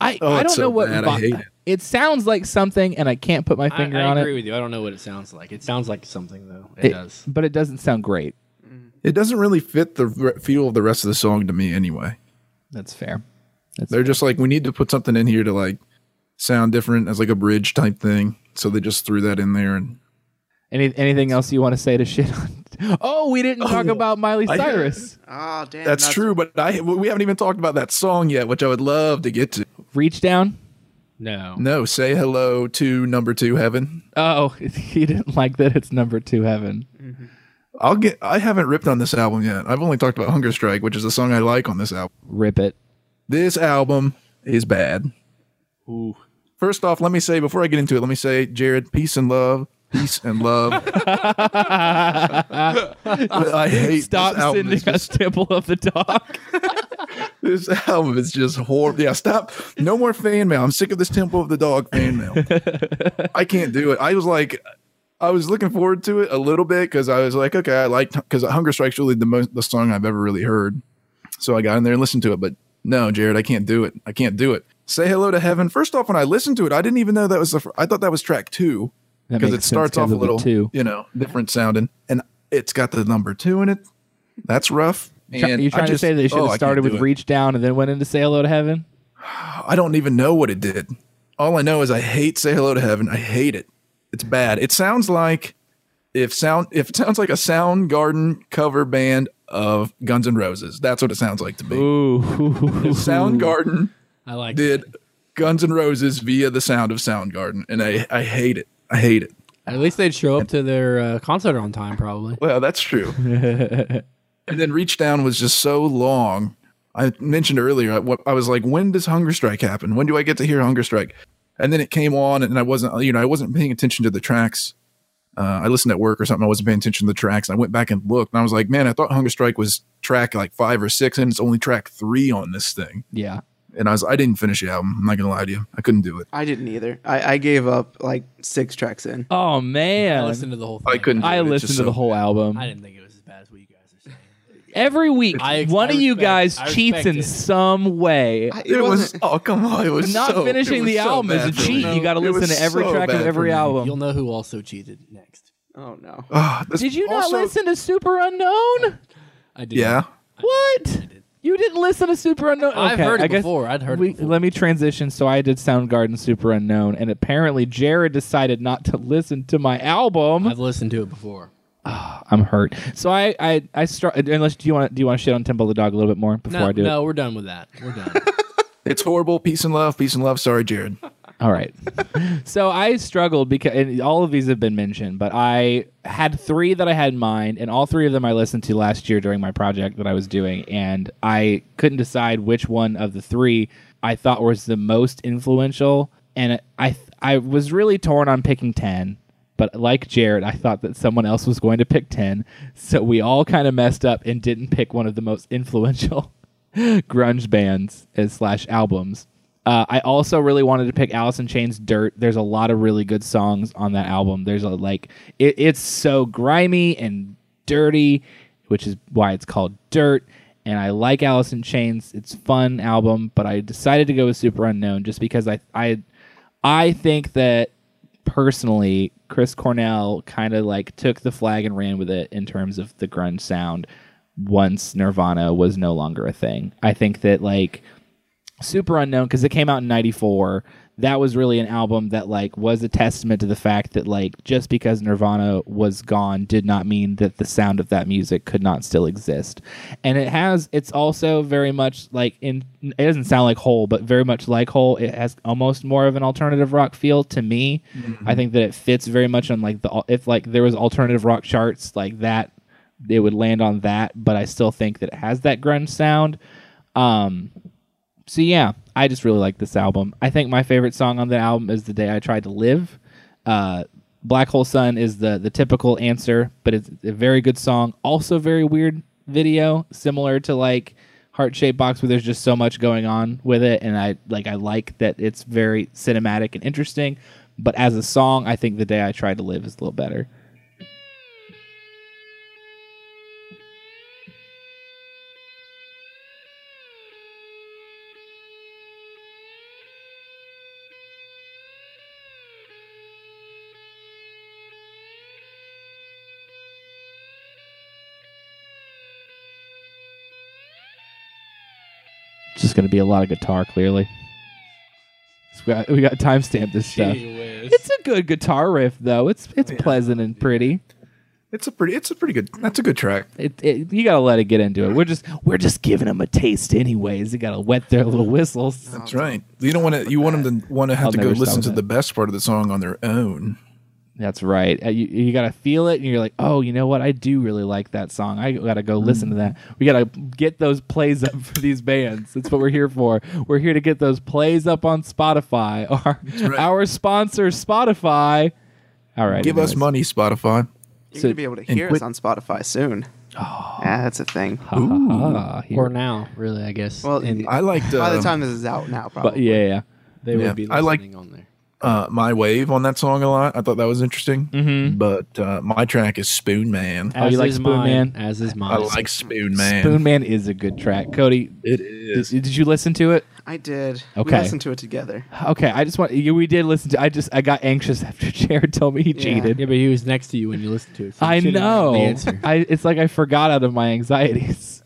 A: I,
D: Oh,
A: I don't
D: it's so
A: know what
D: bad. I
A: vi-
D: hate it.
A: sounds like something, and I can't put my
C: I,
A: finger
C: I
A: on
C: agree
A: it.
C: with you. I don't know what it sounds like. It sounds like something though. It,
A: It-
C: does.
A: but it doesn't sound great.
D: It doesn't really fit the re- feel of the rest of the song to me, anyway.
A: That's fair. That's
D: They're just like, we need to put something in here to like sound different as like a bridge type thing. So they just threw that in there. And
A: Any, anything else you want to say to shit on? Oh, we didn't talk about Miley
D: I-
A: Cyrus.
B: Oh, damn.
D: that's, true, but I we haven't even talked about that song yet, which I would love to get to.
A: Reach down.
C: No.
D: No, say hello to number two heaven.
A: Oh, he didn't like that. It's number two heaven.
D: I'll get. I haven't ripped on this album yet. I've only talked about Hunger Strike, which is the song I like on this album.
A: Rip it.
D: This album is bad. Ooh. First off, let me say before I get into it, let me say, Jared, peace and love, peace and love. I hate
A: Stop
D: this album.
A: sending
D: It's
A: us
D: just-
A: Temple of the Dog.
D: This album is just horrible. Yeah, stop. No more fan mail. I'm sick of this Temple of the Dog fan mail. I can't do it. I was like, I was looking forward to it a little bit because I was like, okay, I liked because Hunger Strike's really the most the song I've ever really heard. So I got in there and listened to it, but no, Jared, I can't do it. I can't do it. Say hello to heaven. First off, when I listened to it, I didn't even know that was the. Fr- I thought that was track two
A: That
D: because
A: makes
D: it
A: sense
D: starts
A: 'cause
D: off a
A: of the
D: little,
A: two.
D: you know, different sounding, and it's got the number two in it. That's rough.
A: Try-
D: And
A: you
D: I
A: trying
D: just-
A: to say they
D: oh,
A: should
D: I
A: have
D: can't
A: started
D: do
A: with
D: it.
A: Reach Down and then went into Say Hello to Heaven?
D: I don't even know what it did. All I know is I hate Say Hello to Heaven. I hate it. It's bad. It sounds like if sound if it sounds like a Soundgarden cover band of Guns N' Roses. That's what it sounds like to me.
A: Ooh.
D: Soundgarden
C: I like
D: did
C: that.
D: Guns N' Roses via the sound of Soundgarden, and I I hate it. I hate it.
C: At least they'd show up to their uh, concert on time, probably.
D: Well, that's true. and then Reach Down was just so long. I mentioned earlier, I, what- I was like, when does Hunger Strike happen? When do I get to hear Hunger Strike? And then it came on, and I wasn't, you know, I wasn't paying attention to the tracks. Uh, I listened at work or something. I wasn't paying attention to the tracks. And I went back and looked, and I was like, man, I thought Hunger Strike was track like five or six, and it's only track three on this thing.
A: yeah.
D: And I was, I didn't finish the album. I'm not gonna lie to you, I couldn't do it.
B: I didn't either. I, I gave up like six tracks in.
A: Oh, man.
C: I listened to the whole thing.
D: I couldn't. do
A: I
D: it. It's
A: listened
D: just
A: to the
D: so-
A: whole album.
C: I didn't think it was as bad as what you guys are saying.
A: Every week,
C: I-
A: one
C: I
A: of you
C: respect-
A: guys
C: I
A: cheats
C: respect
A: in
C: it.
A: some way.
B: I,
D: It was.
B: wasn't-
D: Oh come on! It was
A: Not
D: so- it
A: finishing
D: was
A: the
D: so
A: album is a
D: bad for
A: cheat.
D: me.
A: You got to
D: It
A: listen
D: was
A: to every
D: so
A: track of
D: bad for
A: every
D: me.
A: album.
C: You'll know who also cheated next.
B: Oh no.
D: Ah, this-
A: Did you not
D: also-
A: listen to Super Unknown?
C: I did.
D: Yeah.
A: What? You didn't listen to Super Unknown?
C: I've
A: Okay,
C: heard it
A: I guess
C: before. I'd heard
A: we-
C: it before.
A: Let me transition. So I did Soundgarden Super Unknown, and apparently Jared decided not to listen to my album.
C: I've listened to it before.
A: I'm hurt. So I I I start. Unless do you want do you want to shit on Temple of the Dog a little bit more before
C: No,
A: I do
C: no, we're done with that. We're done.
D: It's horrible. Peace and love. Peace and love. Sorry, Jared.
A: it? All right. so I struggled because and all of these have been mentioned, but I had three that I had in mind, and all three of them I listened to last year during my project that I was doing, and I couldn't decide which one of the three I thought was the most influential, and I I was really torn on picking ten. But like Jared, I thought that someone else was going to pick 10. So we all kind of messed up and didn't pick one of the most influential grunge bands as slash albums. Uh, I also really wanted to pick Alice in Chains Dirt. There's a lot of really good songs on that album. There's a like it, it's so grimy and dirty, which is why it's called Dirt. And I like Alice in Chains. It's fun album, but I decided to go with Super Unknown just because I I I think that personally, Chris Cornell kind of like took the flag and ran with it in terms of the grunge sound once Nirvana was no longer a thing. I think that like super unknown because it came out in 94 that was really an album that like was a testament to the fact that like just because nirvana was gone did not mean that the sound of that music could not still exist and it has it's also very much like in it doesn't sound like hole but very much like hole it has almost more of an alternative rock feel to me i think that it fits very much on like the al- if like there was alternative rock charts like that it would land on that but i still think that it has that grunge sound um so yeah, I just really like this album. I think my favorite song on the album is "The Day I Tried to Live." Uh, Black Hole Sun is the the typical answer, but it's a very good song. Also, very weird video, similar to like heart shaped box where there's just so much going on with it, and I like I like that it's very cinematic and interesting. But as a song, I think the day I tried to live is a little better. It's just gonna be a lot of guitar, clearly. We got we got timestamped this stuff. It's a good guitar riff though. It's it's pleasant and pretty.
D: It's a pretty. It's a pretty good. That's a good track.
A: It, it you gotta let it get into it. We're just we're just giving them a taste anyways. You gotta wet their little whistles.
D: That's right. You don't want to. You want them to want to have
A: I'll
D: to go
A: never stop
D: listen
A: with
D: to
A: that.
D: the best part of the song on their own.
A: That's right. Uh, You, you got to feel it, and you're like, oh, you know what? I do really like that song. I got to go listen to
D: Mm.
A: that. We got to get those plays up for these bands. That's what we're here for. We're here to get those plays up on Spotify. Our, our sponsor, Spotify. All right.
D: Give us
A: anyways.
D: money, Spotify.
B: You're
A: So-
B: gonna be able to hear us
D: quit-
B: on Spotify soon. Oh, that's a thing.
A: Ah, here.
C: Or now, really, I guess.
B: Well,
C: And
D: I liked uh,
B: by the time this is out now, probably.
A: But yeah, yeah.
C: they
D: yeah,
C: would be
D: I like-
C: listening on there.
D: uh, my wave on that song a lot. I thought that was interesting. But uh, my track is Spoon Man.
A: Oh, you
C: As
A: like
C: is
A: Spoon
C: mine,
A: Man?
C: As is mine.
D: I like Spoon Man.
A: Spoon Man is a good track. Cody,
D: It
A: did,
D: is.
A: did you listen to it?
B: I did.
A: Okay.
B: We listened to it together.
A: Okay, I just want you, we did listen to. I just I got anxious after Jared told me he cheated.
C: Yeah, but he was next to you when you listened to it. so you
A: I
C: should have known The
A: know.
C: answer.
A: I it's like I forgot out of my anxieties.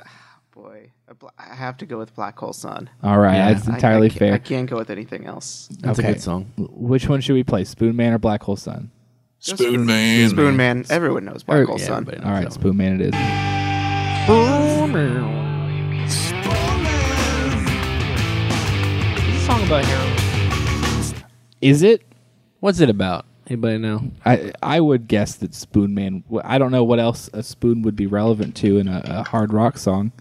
B: Boy, a bla- I have to go with Black Hole Sun.
A: All right,
C: Yeah.
A: that's
B: I-
A: entirely
B: I can't- I
A: fair.
B: can't go with anything else.
C: That's
A: okay.
C: a good song.
A: Which one should we play, Spoon Man or Black Hole Sun?
D: Spoon Man.
B: Spoon Man. Everyone knows Black
A: Or-
B: Hole
A: yeah,
B: Sun.
C: but-
A: All right, Spoon Man it is.
K: It's a song about heroin.
A: Is it?
C: What's it about? Anybody know?
A: I I would guess that Spoon Man. w- I don't know what else a spoon would be relevant to in a, a hard rock song.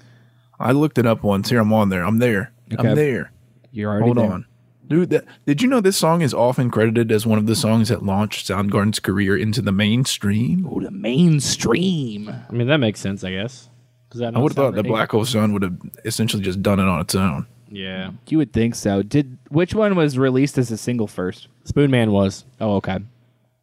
D: I looked it up once. Here, I'm on there. I'm there.
A: Okay.
D: I'm there.
A: You're already
D: Hold
A: there.
D: on. Dude, that, did you know this song is often credited as one of the songs that launched Soundgarden's career into the mainstream?
A: Oh, the mainstream.
C: I mean, that makes sense, I guess.
D: I would have thought the Black Hole Sun would have essentially just done it on its own.
C: Yeah.
A: You would think so. Did which one was released as a single first?
C: Spoon Man was.
A: Oh, okay.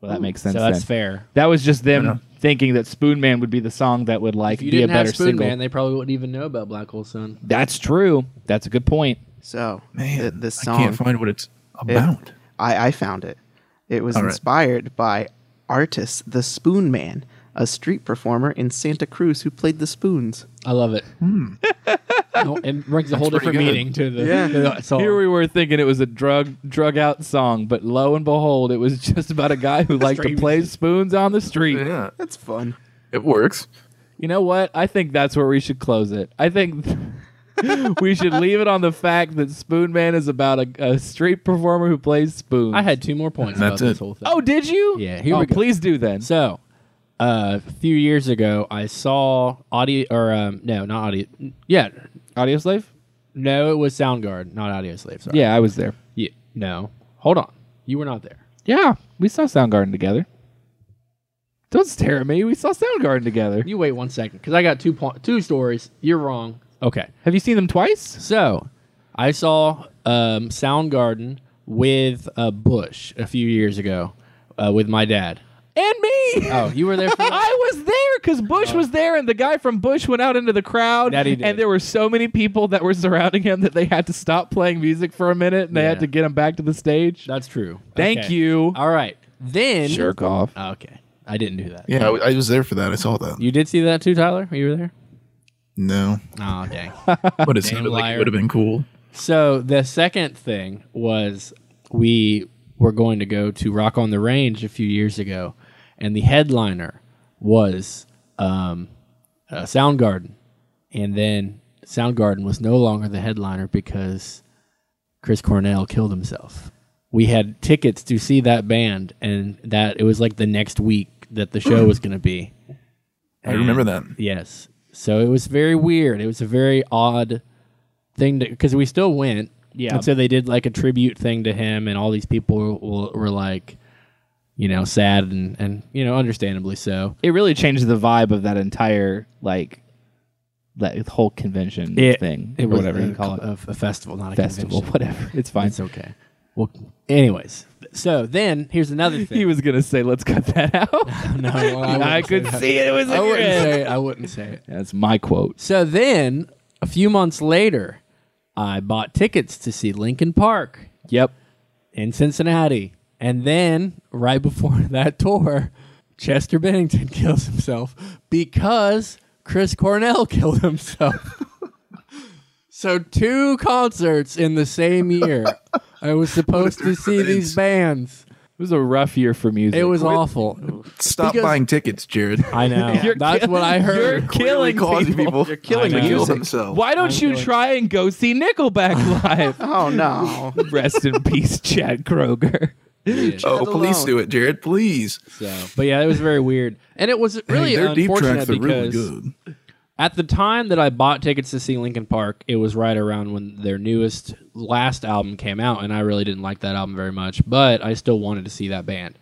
A: Well, that makes sense.
C: so that's
A: then.
C: fair.
A: That was just them thinking that Spoon Man would be the song that would like
C: If you
A: be a
C: didn't
A: better
C: have Spoon
A: single.
C: Man, they probably wouldn't even know about Black Hole Sun.
A: That's true. That's a good point.
B: So
D: Man,
B: th- this
D: I can't
B: song,
D: find what it's about.
B: I, I found it. It was
D: All right.
B: inspired by artist the Spoon Man, a street performer in Santa Cruz who played the spoons.
C: I love it. No, it brings a whole different
D: Hmm. pretty good.
C: meaning to the, yeah.
D: Oh.
C: song.
A: Here we were thinking it was a drug drug out song, but lo and behold, it was just about a guy who liked to play spoons on the street.
D: Yeah,
B: That's fun.
D: it works.
A: You know what? I think that's where we should close it. I think we should leave it on the fact that Spoon Man is about a, a street performer who plays spoons.
C: I had two more points
D: That's
C: about this
D: it.
C: whole thing.
A: Oh, did you?
C: Yeah, here
A: oh,
C: we go.
A: Please do then.
C: So, uh, a few years ago, I saw audio or um, no, not audio. Yeah, uh,
A: Audio Slave?
C: no, it was Soundgarden, not Audio Slave. Sorry.
A: Yeah, I was there.
C: Ye- no, hold on, you were not there.
A: Yeah, we saw Soundgarden together. Don't stare at me. We saw Soundgarden together.
C: You wait one second because I got two point two stories. You're wrong. Okay,
A: Have you seen them twice?
C: so I saw um, Soundgarden with uh, Bush a few years ago uh, with my dad.
A: And me.
C: Oh, you were there. For that?
A: I was there because Bush was there, and the guy from Bush went out into the crowd,
C: That he did.
A: and there were so many people that were surrounding him that they had to stop playing music for a minute, and they had
C: Yeah.
A: to get him back to the stage.
C: That's true.
A: Thank
C: Okay.
A: you.
C: All right, then. Oh,
A: Jerk off.
C: Okay, I didn't do that.
D: Yeah, I, I was there for that. I saw that.
C: You did see that too, Tyler. You were there.
D: No,
C: Oh dang.
D: but
C: Damn
D: it sounded like
C: liar.
D: it would have been cool.
C: so the second thing was we were going to go to Rock on the Range a few years ago, and the headliner was um, uh, Soundgarden, and then Soundgarden was no longer the headliner because Chris Cornell killed himself. We had tickets to see that band, and that it was like the next week that the show was going to be.
D: I remember that.
C: Yes. So it was very weird. It was a very odd thing because we still went.
A: Yeah.
C: And so they did like a tribute thing to him, and all these people were, were like, you know, sad and, and, you know, understandably so.
A: It really changed the vibe of that entire like that whole convention thing
C: It
A: or
C: was
A: whatever
C: a,
A: you call it.
C: a, a festival, not a
A: Festival,
C: convention.
A: whatever. It's fine.
C: It's okay. Well, anyways, so then here's another thing.
A: He was gonna say, "Let's cut that out." Oh,
C: no, well, I,
A: I
C: wouldn't say
A: could
C: that.
A: see it. It was.
C: I
A: in your
C: wouldn't
A: head.
C: say it. I wouldn't say it.
A: That's my quote.
C: So then, a few months later, I bought tickets to see Linkin Park
A: Yep.
C: in Cincinnati, and then right before that tour, Chester Bennington kills himself because Chris Cornell killed himself. so two concerts in the same year. I was supposed to see these bands.
A: It was a rough year for music.
C: It was awful.
D: Stop
C: Because-
D: buying tickets, Jared.
C: I know. That's
A: kill-
C: what I heard.
A: You're killing
D: causing
A: people.
D: people.
B: You're killing
C: I
B: the
C: know.
D: kill
B: music.
D: themselves.
A: Why don't you try and go see Nickelback live?
B: Oh no.
A: Rest in peace, Chad Kroger.
D: Oh,
B: Let
D: please
B: alone.
D: do it, Jared. Please.
C: So, but yeah, it was very weird, and it was really
D: their deep
C: unfortunate
D: tracks are really
C: because
D: good.
C: at the time that I bought tickets to see Linkin Park, it was right around when their newest last album came out, and I really didn't like that album very much, but I still wanted to see that band.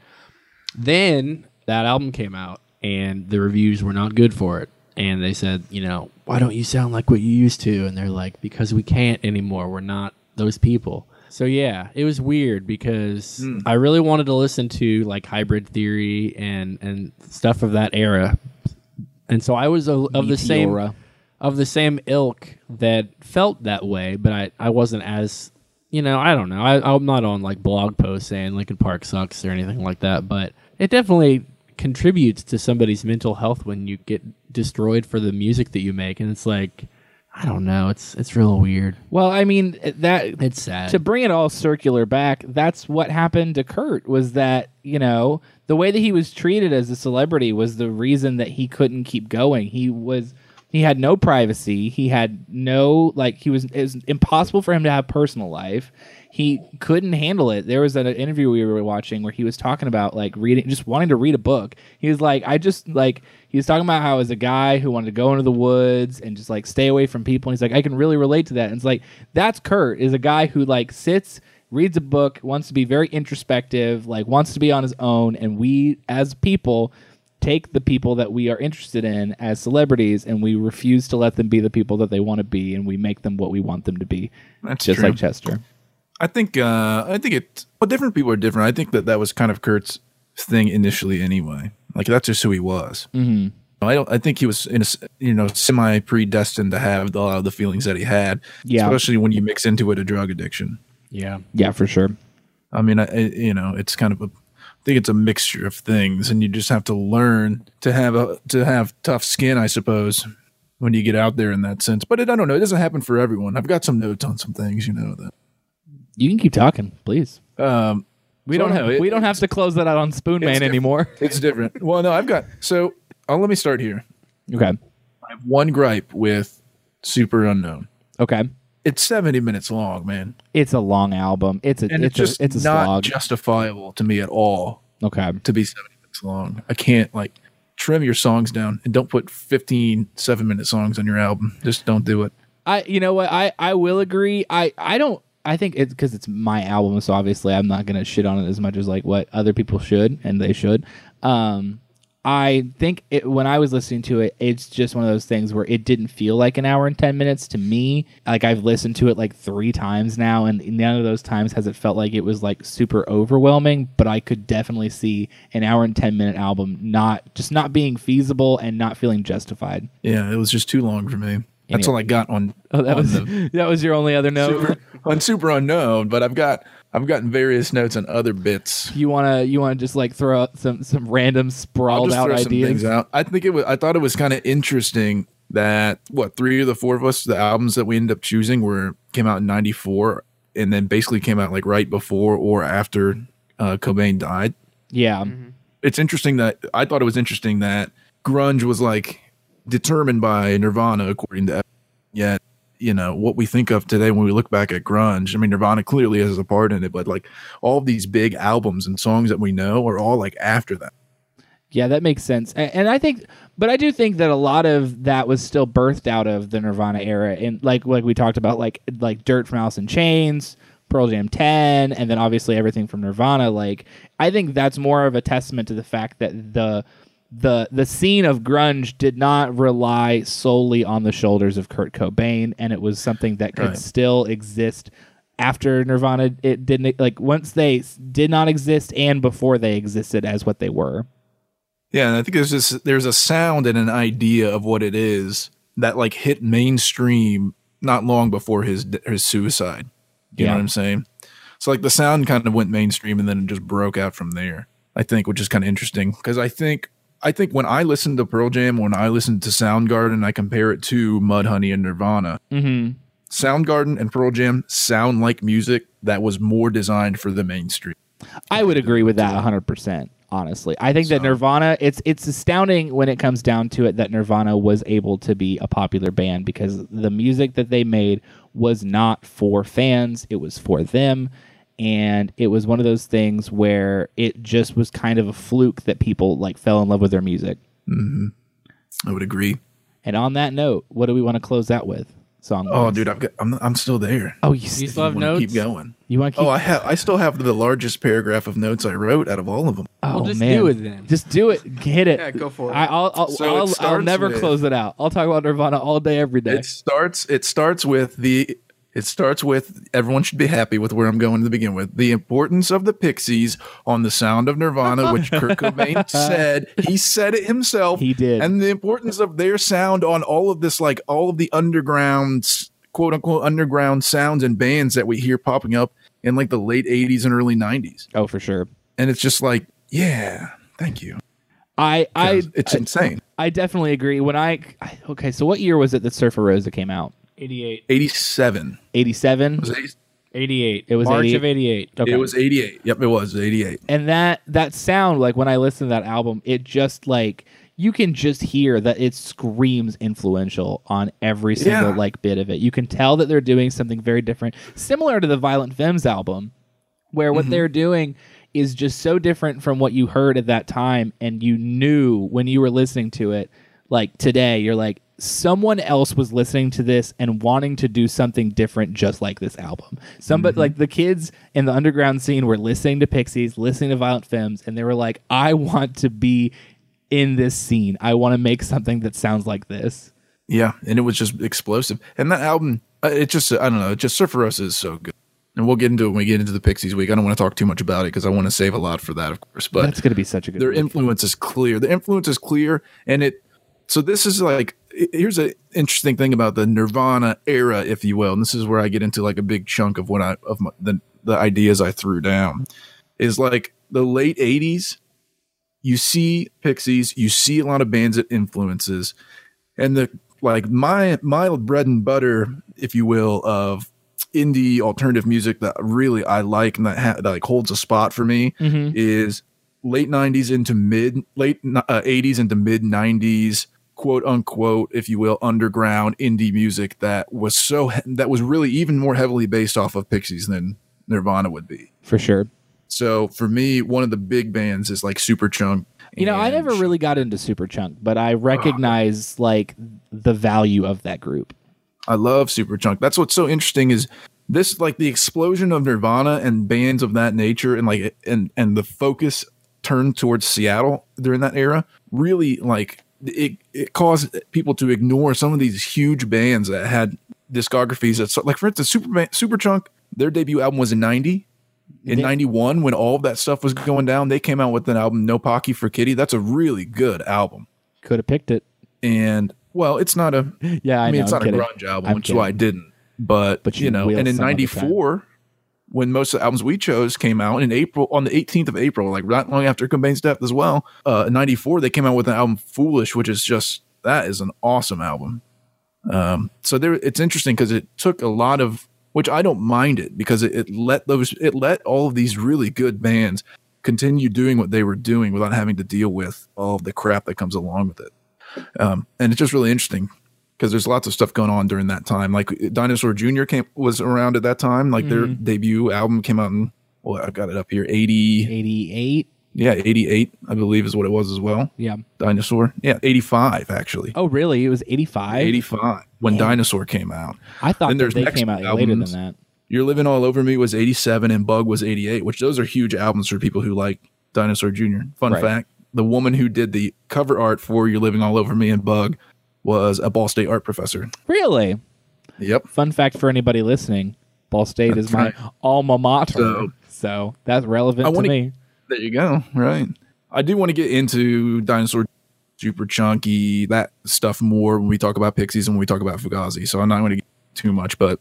C: Then that album came out, and the reviews were not good for it. And they said, you know, why don't you sound like what you used to? And they're like, because we can't anymore. We're not those people. So yeah, it was weird because I really wanted to listen to like Hybrid Theory and and stuff of that era, and so I was of, of the same
A: Meteora.
C: of the same ilk that felt that way, but I, I wasn't as you know I don't know I, I'm not on like blog posts saying Lincoln Park sucks or anything like that, but it definitely contributes to somebody's mental health when you get destroyed for the music that you make, and it's like I don't know it's it's real weird.
A: Well, I mean that
C: It's sad.
A: to bring it all circular back, that's what happened to Kurt was that, you know, the way that he was treated as a celebrity was the reason that he couldn't keep going. He was he had no privacy. He had no like he was it was impossible for him to have personal life. He couldn't handle it. There was an interview we were watching where he was talking about like reading just wanting to read a book. He was like I just like he was talking about how as a guy who wanted to go into the woods and just like stay away from people. And he's like, I can really relate to that. And it's like that's Kurt is a guy who like sits, reads a book, wants to be very introspective, like wants to be on his own. And we as people take the people that we are interested in as celebrities and we refuse to let them be the people that they want to be and we make them what we want them to be.
D: That's
A: just
D: true.
A: like Chester.
D: I think uh, I think it. Well, different people are different. I think that that was kind of Kurt's thing initially, anyway. Like that's just who he was. Mm-hmm. I don't. I think he was in a s you know semi predestined to have a lot of the feelings that he had.
A: Yeah.
D: Especially when you mix into it a drug addiction.
C: yeah.
A: Yeah, for sure.
D: I mean, I, I- you know, it's kind of a. I think it's a mixture of things, and you just have to learn to have a to have tough skin, I suppose, when you get out there in that sense. But it, I don't know. It doesn't happen for everyone. I've got some notes on some things, you know. That
A: You can keep talking, please.
D: um,
A: We
D: So
A: don't
D: I don't
A: have
D: know.
A: we
D: It-
A: don't have to close that out on Spoon Man
D: different.
A: anymore.
D: It's different. Well, no, I've got so uh, let me start here.
A: Okay.
D: I have one gripe with Super Unknown.
A: Okay.
D: It's seventy minutes long, man,
A: It's a long album. It's a
D: and
A: it's,
D: it's, just
A: a it's a
D: not
A: slog.
D: justifiable to me at all
A: okay.
D: to be seventy minutes long. I can't like trim your songs down and don't put 15 seven minute songs on your album. Just don't do it.
A: I you know what I I will agree. I I don't I think it's because it's my album, so obviously I'm not gonna shit on it as much as like what other people should and they should. Um, I think it, when I was listening to it, it's just one of those things where it didn't feel like an hour and ten minutes to me. Like I've listened to it like three times now, and none of those times has it felt like it was like super overwhelming. But I could definitely see an hour and ten minute album not just not being feasible and not feeling justified.
D: Yeah, it was just too long for me. That's
A: Anyway.
D: all I got on
A: Oh, that
D: on
A: was
D: the-
A: that was your only other note.
D: on Super Unknown, but I've got I've gotten various notes on other bits.
A: You wanna you wanna just like throw out some some random sprawled out
D: throw Some
A: ideas.
D: things out. I think it was. I thought it was kind of interesting that what three of the four of us, the albums that we ended up choosing were came out in '94, and then basically came out like right before or after uh, Cobain died.
A: Yeah,
D: It's interesting that I thought it was interesting that grunge was like determined by Nirvana, according to yet you know what we think of today when we look back at grunge i mean nirvana clearly has a part in it but like all of these big albums and songs that we know are all like after that
A: yeah, that makes sense. A- And I think, but I do think that a lot of that was still birthed out of the Nirvana era, and like like we talked about, like like Dirt from Alice in Chains, Pearl Jam Ten, and then obviously everything from Nirvana. Like I think that's more of a testament to the fact that the the the scene of grunge did not rely solely on the shoulders of Kurt Cobain, and it was something that could
D: Right.
A: still exist after Nirvana. It didn't like once they s- did not exist and before they existed as what they were.
D: Yeah, and I think there's just there's a sound and an idea of what it is that like hit mainstream not long before his his suicide. You
A: Yeah.
D: know what I'm saying? So like the sound kind of went mainstream and then it just broke out from there. I think, which is kind of interesting because I think I think when I listen to Pearl Jam, when I listen to Soundgarden, I compare it to Mudhoney and Nirvana.
A: Mm-hmm.
D: Soundgarden and Pearl Jam sound like music that was more designed for the mainstream.
A: I would agree with that 100%, honestly. I think that Nirvana, it's it's astounding when it comes down to it that Nirvana was able to be a popular band because the music that they made was not for fans, it was for them. And it was one of those things where it just was kind of a fluke that people like fell in love with their music.
D: I would agree.
A: And on that note, what do we want to close out with? Song.
D: Oh,
A: wise.
D: dude, I've got, I'm I'm still there.
A: Oh, you,
C: You still have
D: Wanna
C: notes?
D: Keep going.
A: you want to keep?
D: Oh, I have. I still have the largest paragraph of notes I wrote out of all of them.
A: Oh,
C: just
A: man.
C: do it then.
A: Just do it. Hit it.
B: Yeah, go for it.
A: I, I'll, I'll,
D: So it
A: I'll, I'll
D: starts
A: never
D: with-
A: close it out. I'll talk about Nirvana all day, every day.
D: It starts. It starts with the. It starts with everyone should be happy with where I'm going to begin with. The importance of the Pixies on the sound of Nirvana, which Kurt Cobain said. He said it himself.
A: He did.
D: And the importance of their sound on all of this, like all of the underground, quote unquote, underground sounds and bands that we hear popping up in like the late 80s and early 90s.
A: Oh, for sure.
D: And it's just like, yeah, thank you.
A: I I
D: it's
A: I,
D: insane.
A: I definitely agree. When I, I okay, so what year was it that Surfer Rosa came out?
C: 88.
D: 87.
A: Eighty seven.
D: It was, eight-
C: 88.
A: It was
C: March
A: 88.
C: of 88.
A: Okay.
D: it was 88. Yep, it was 88.
A: and that that sound, like when I listen to that album, it just like you can just hear that it screams influential on every single
D: Yeah.
A: like bit of it. You can tell that they're doing something very different, similar to the Violent Femmes album, where what they're doing is just so different from what you heard at that time and you knew when you were listening to it like today you're like someone else was listening to this and wanting to do something different just like this album somebody like the kids in the underground scene were listening to pixies listening to violent femmes and they were like i want to be in this scene i want to make something that sounds like this
D: Yeah, and it was just explosive. And that album, uh, it just, I don't know, it just Surfer Rosa is so good. And we'll get into it when we get into the Pixies week. I don't want to talk too much about it because I want to save a lot for that, of course. But
A: that's going to be such a good
D: their
A: one.
D: influence is clear. Their influence is clear, and it. So this is like i- here's an interesting thing about the Nirvana era, if you will, and this is where I get into like a big chunk of what I of my, the the ideas I threw down is like the late '80s. You see Pixies, you see a lot of bands that influences, and the like my my bread and butter, if you will, of indie alternative music that really I like and that, ha- that like holds a spot for me is late 90s into mid late ni- uh, 80s into mid 90s quote unquote if you will underground indie music that was so he- that was really even more heavily based off of Pixies than Nirvana would be.
A: for sure
D: So for me one of the big bands is like Superchunk.
A: You know, I
D: and-
A: never really got into Superchunk, but I recognize like the value of that group.
D: I love Superchunk. That's what's so interesting is this like the explosion of Nirvana and bands of that nature and like and and the focus turned towards Seattle during that era really like it it caused people to ignore some of these huge bands that had discographies that so, like for instance Super Superchunk their debut album was in 90 in
A: They-
D: 91 when all of that stuff was going down they came out with an album No Pocky for Kitty that's a really good album
A: Could have picked it.
D: and well it's not a
A: Yeah, I,
D: I mean,
A: know,
D: it's
A: I'm
D: not
A: kidding.
D: a grunge album,
A: I'm
D: which
A: kidding.
D: is why I didn't. But,
A: But you
D: you, know,
A: will
D: and in
A: some other time.
D: '94, when most of the albums we chose came out in April, on the 18th of April, like not long after Cobain's death as well, uh, in '94 they came out with an album "Foolish," which is just that is an awesome album. Um, so there, it's interesting because it took a lot of, which I don't mind it because it, it let those, it let all of these really good bands continue doing what they were doing without having to deal with all of the crap that comes along with it. Um, and it's just really interesting because there's lots of stuff going on during that time. Like Dinosaur Jr. came was around at that time. Like their debut album came out in well, I've got it up here, eighty,
A: 88.
D: yeah, eighty eight, I believe is what it was as well.
A: Yeah.
D: Dinosaur, yeah, eighty five actually,
A: Oh, really? It was 85.
D: eighty five when Dinosaur came out.
A: I thought
D: Then
A: that
D: there's
A: they
D: next
A: came out later than
D: albums.
A: that.
D: You're Living All Over Me was 87 and Bug was 88, which those are huge albums for people who like Dinosaur Jr. Fun
A: Right.
D: fact the woman who did the cover art for "You're Living All Over Me" and "Bug" was a Ball State art professor.
A: Really?
D: Yep.
A: Fun fact for anybody listening: Ball State
D: That's
A: is my
D: right.
A: alma mater, so,
D: So-
A: that's relevant
D: I
A: to
D: wanna-
A: me.
D: There you go. Right. I do want to get into dinosaur super chunky that stuff more when we talk about pixies and when we talk about fugazi. So I'm not going to get too much, but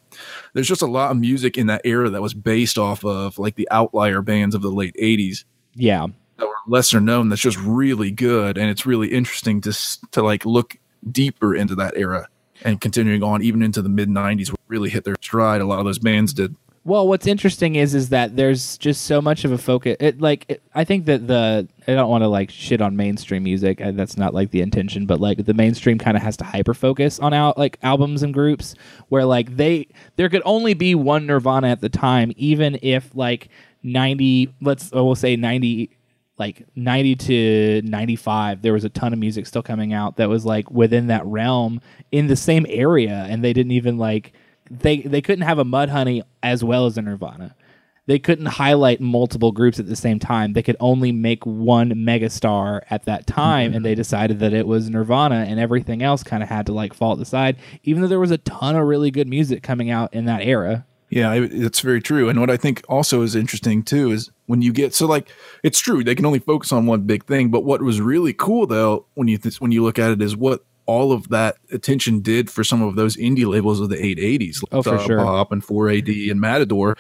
D: there's just a lot of music in that era that was based off of like the outlier bands of the late 80s
A: Yeah,
D: that were lesser known that's just really good and it's really interesting to s- to like look deeper into that era and continuing on even into the mid 90s where it really hit their stride a lot of those bands did
A: Well, what's interesting is is that there's just so much of a focus. It, like it, I think that the I don't want to like shit on mainstream music. uh, That's not like the intention, but like the mainstream kind of has to hyper focus on out like albums and groups where like they there could only be one Nirvana at the time, even if like ninety let's oh, we'll say ninety like 90 to 95 there was a ton of music still coming out that was like within that realm in the same area and they didn't even like they they couldn't have a mudhoney as well as a nirvana they couldn't highlight multiple groups at the same time they could only make one megastar at that time and they decided that it was nirvana and everything else kind of had to like fall to the side even though there was a ton of really good music coming out in that era
D: Yeah, I- it's very true. And what I think also is interesting too is when you get so like it's true they can only focus on one big thing. But what was really cool though when you th- when you look at it is what all of that attention did for some of those indie labels of the eight eighties,
A: Oh, for sure.
D: Pop and Four AD and Matador.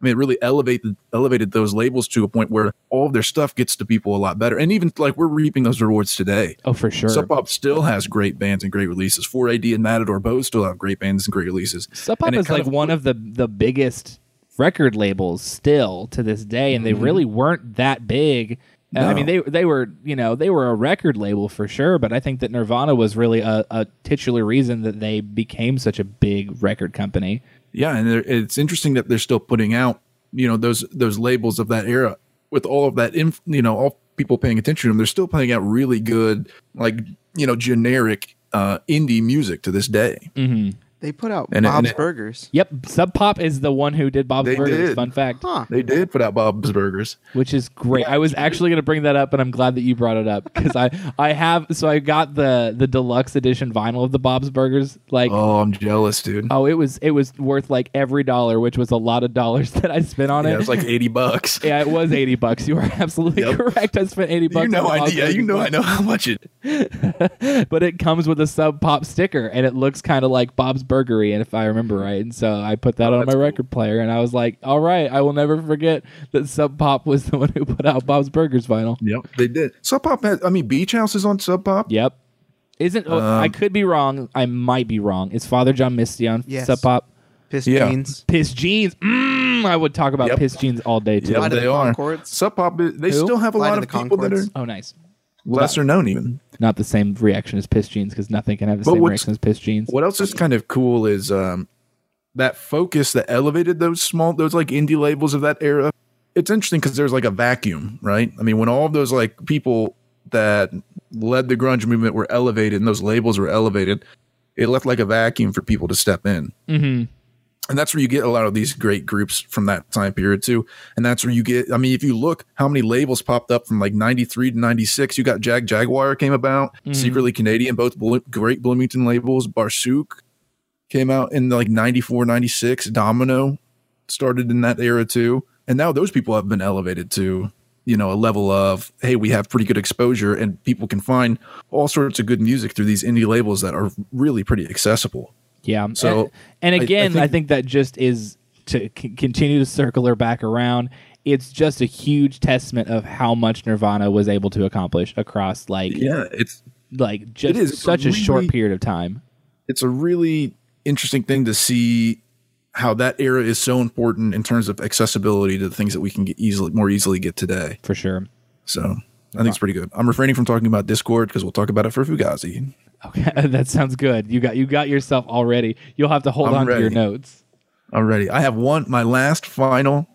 D: I mean, it really elevated elevated those labels to a point where all of their stuff gets to people a lot better. And even like we're reaping those rewards today.
A: oh for sure
D: Sub Pop still has great bands and great releases. 4AD and Matador both still have great bands and great releases.
A: Sub Pop
D: And it
A: is
D: kind
A: like
D: of-
A: one of the the biggest record labels still to this day, and they
D: Mm-hmm.
A: really weren't that big. Uh, I mean, they they were you know they were a record label for sure, but I think that Nirvana was really a, a titular reason that they became such a big record company.
D: yeah and they're- it's interesting that they're still putting out you know those those labels of that era with all of that inf- you know all people paying attention to them they're still putting out really good like you know generic uh indie music to this day
A: Mm.
B: They put out
D: And it-
B: Bob's
D: and it-
B: Burgers.
A: Yep, Sub Pop is the one who did Bob's
D: They
A: Burgers.
D: did.
A: Fun fact,
B: Huh.
D: they did put out bob's burgers
A: which is great. I was actually going to bring that up, and I'm glad that you brought it up because I I have so I got the the deluxe edition vinyl of the Bob's Burgers like
D: oh i'm jealous dude
A: Oh, it was it was worth like every dollar, which was a lot of dollars that I spent on
D: yeah
A: it.
D: it's like 80 bucks
A: yeah, it was eighty bucks. You are absolutely
D: Yep.
A: correct. I spent eighty bucks.
D: you know
A: on
D: i
A: Bob's
D: yeah you
A: Burgers.
D: know i know how much it
A: but it comes with a sub pop sticker, and it looks kind of like Bob's Burgery, and if I remember right. And so I put that on my
D: Oh, that's cool.
A: record player, and I was like, "All right, I will never forget that Sub Pop was the one who put out Bob's Burgers vinyl."
D: yep they did sub pop had, i mean beach house is on sub pop
A: Yep. Isn't oh, I
D: Um,
A: could be wrong. I might be wrong. Is Father John Misty on
B: Yes.
A: Sub Pop?
B: Piss
D: Yeah.
B: jeans.
A: Piss jeans. Mm, I would talk about
D: Yep.
A: piss jeans all day too.
D: Yep,
B: Flight of
D: they
B: the
D: are
B: Conchords.
D: sub pop they
A: Who?
D: still have a
B: Flight
D: lot
B: of
D: of
B: the
D: people that are
B: Conchords.
A: Oh, nice.
D: lesser known even
A: not the same reaction as piss jeans because nothing can have the
D: But
A: same
D: what's-
A: reaction as piss jeans.
D: What else is kind of cool is um, that focus that elevated those small, those like indie labels of that era. It's interesting because there's like a vacuum, right? I mean, when all of those like people that led the grunge movement were elevated and those labels were elevated, it left like a vacuum for people to step in. Mm-hmm. And that's where you get a lot of these great groups from that time period too. And that's where you get, I mean, if you look how many labels popped up from like 93 to 96, you got Jag Jaguar came about, Secretly Canadian, both Blo- great Bloomington labels, Barsook came out in like 94, 96, Domino started in that era too. And now those people have been elevated to, you know, a level of, hey, we have pretty good exposure and people can find all sorts of good music through these indie labels that are really pretty accessible.
A: Yeah.
D: So,
A: and,
D: I-
A: and
D: I
A: again, I think,
D: think-
A: that just is to c- continue to circle her back around. It's just a huge testament of how much Nirvana was able to accomplish across like
D: Yeah, it's
A: like just
D: is. It's a
A: such a short
D: really-
A: period of time.
D: it's a really interesting thing to see how that era is so important in terms of accessibility to the things that we can get easily more easily get today.
A: For sure.
D: So I think it's pretty good. I'm refraining from talking about Discord because we'll talk about it for Fugazi.
A: Okay, that sounds good. You got you got yourself already. You'll have to hold
D: I'm
A: on to your
D: ready.
A: notes.
D: Already, I have one. My last final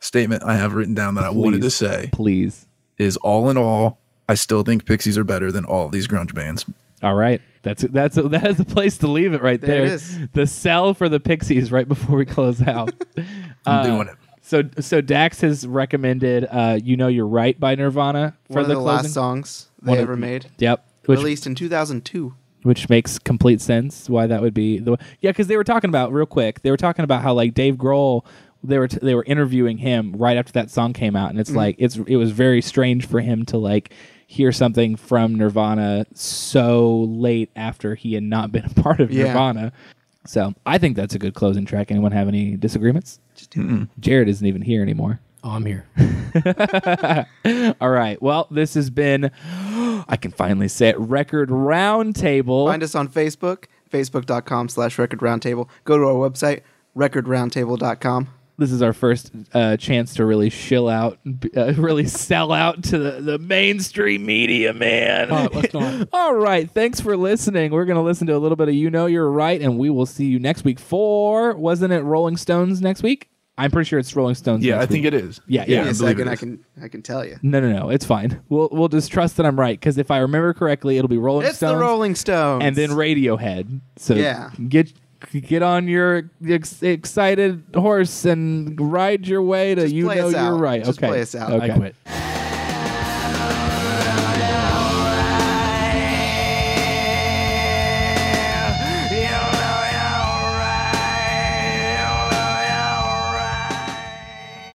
D: statement I have written down that I wanted to
A: Please.
D: say
A: Please.
D: is all in all, I still think Pixies are better than all of these grunge bands.
A: All right. That's that's that is the place to leave it right there.
B: There it is.
A: The cell for the Pixies right before we close out.
D: Uh, I'm doing it.
A: So so Dax has recommended uh, "You Know You're Right" by Nirvana for
B: One of
A: the,
B: the,
A: closing.
B: last songs they
A: One of-
B: ever made,
A: Yep, which
B: released in 2002.
A: which makes complete sense why that would be the yeah because they were talking about real quick they were talking about how like Dave Grohl they were t- they were interviewing him right after that song came out and it's like it's it was very strange for him to like hear something from Nirvana so late after he had not been a part of
B: Yeah.
A: Nirvana. So I think that's a good closing track. Anyone have any disagreements? Jared isn't even here anymore.
C: Oh, I'm here.
A: All right. Well, this has been I can finally say it, record roundtable.
B: Find us on Facebook, facebook.com slash record roundtable. Go to our website, recordroundtable.com.
A: this is our first uh, chance to really shill out, b- uh, really sell out to the, the mainstream media, man.
C: All right, let's go on.
A: All right, thanks for listening. We're gonna listen to a little bit of "You Know You're Right," and we will see you next week. For wasn't it Rolling Stones next week? I'm pretty sure it's Rolling Stones.
D: Yeah,
A: next
D: I think
A: week.
D: it is.
A: Yeah, yeah.
D: yeah.
B: Give me a
D: I believe
B: second,
D: it
B: I
D: is.
B: can, I can tell you.
A: No, no, no, it's fine. We'll we'll just trust that I'm right because if I remember correctly, it'll be Rolling
B: It's
A: Stones
B: the Rolling Stones.
A: and then Radiohead. So
B: Yeah.
A: get get on your ex- excited horse and ride your way to
B: Just
A: you
B: play
A: know
B: us
A: you're
B: out.
A: right.
B: Just
A: okay,
B: play us out.
A: Okay.
C: I quit.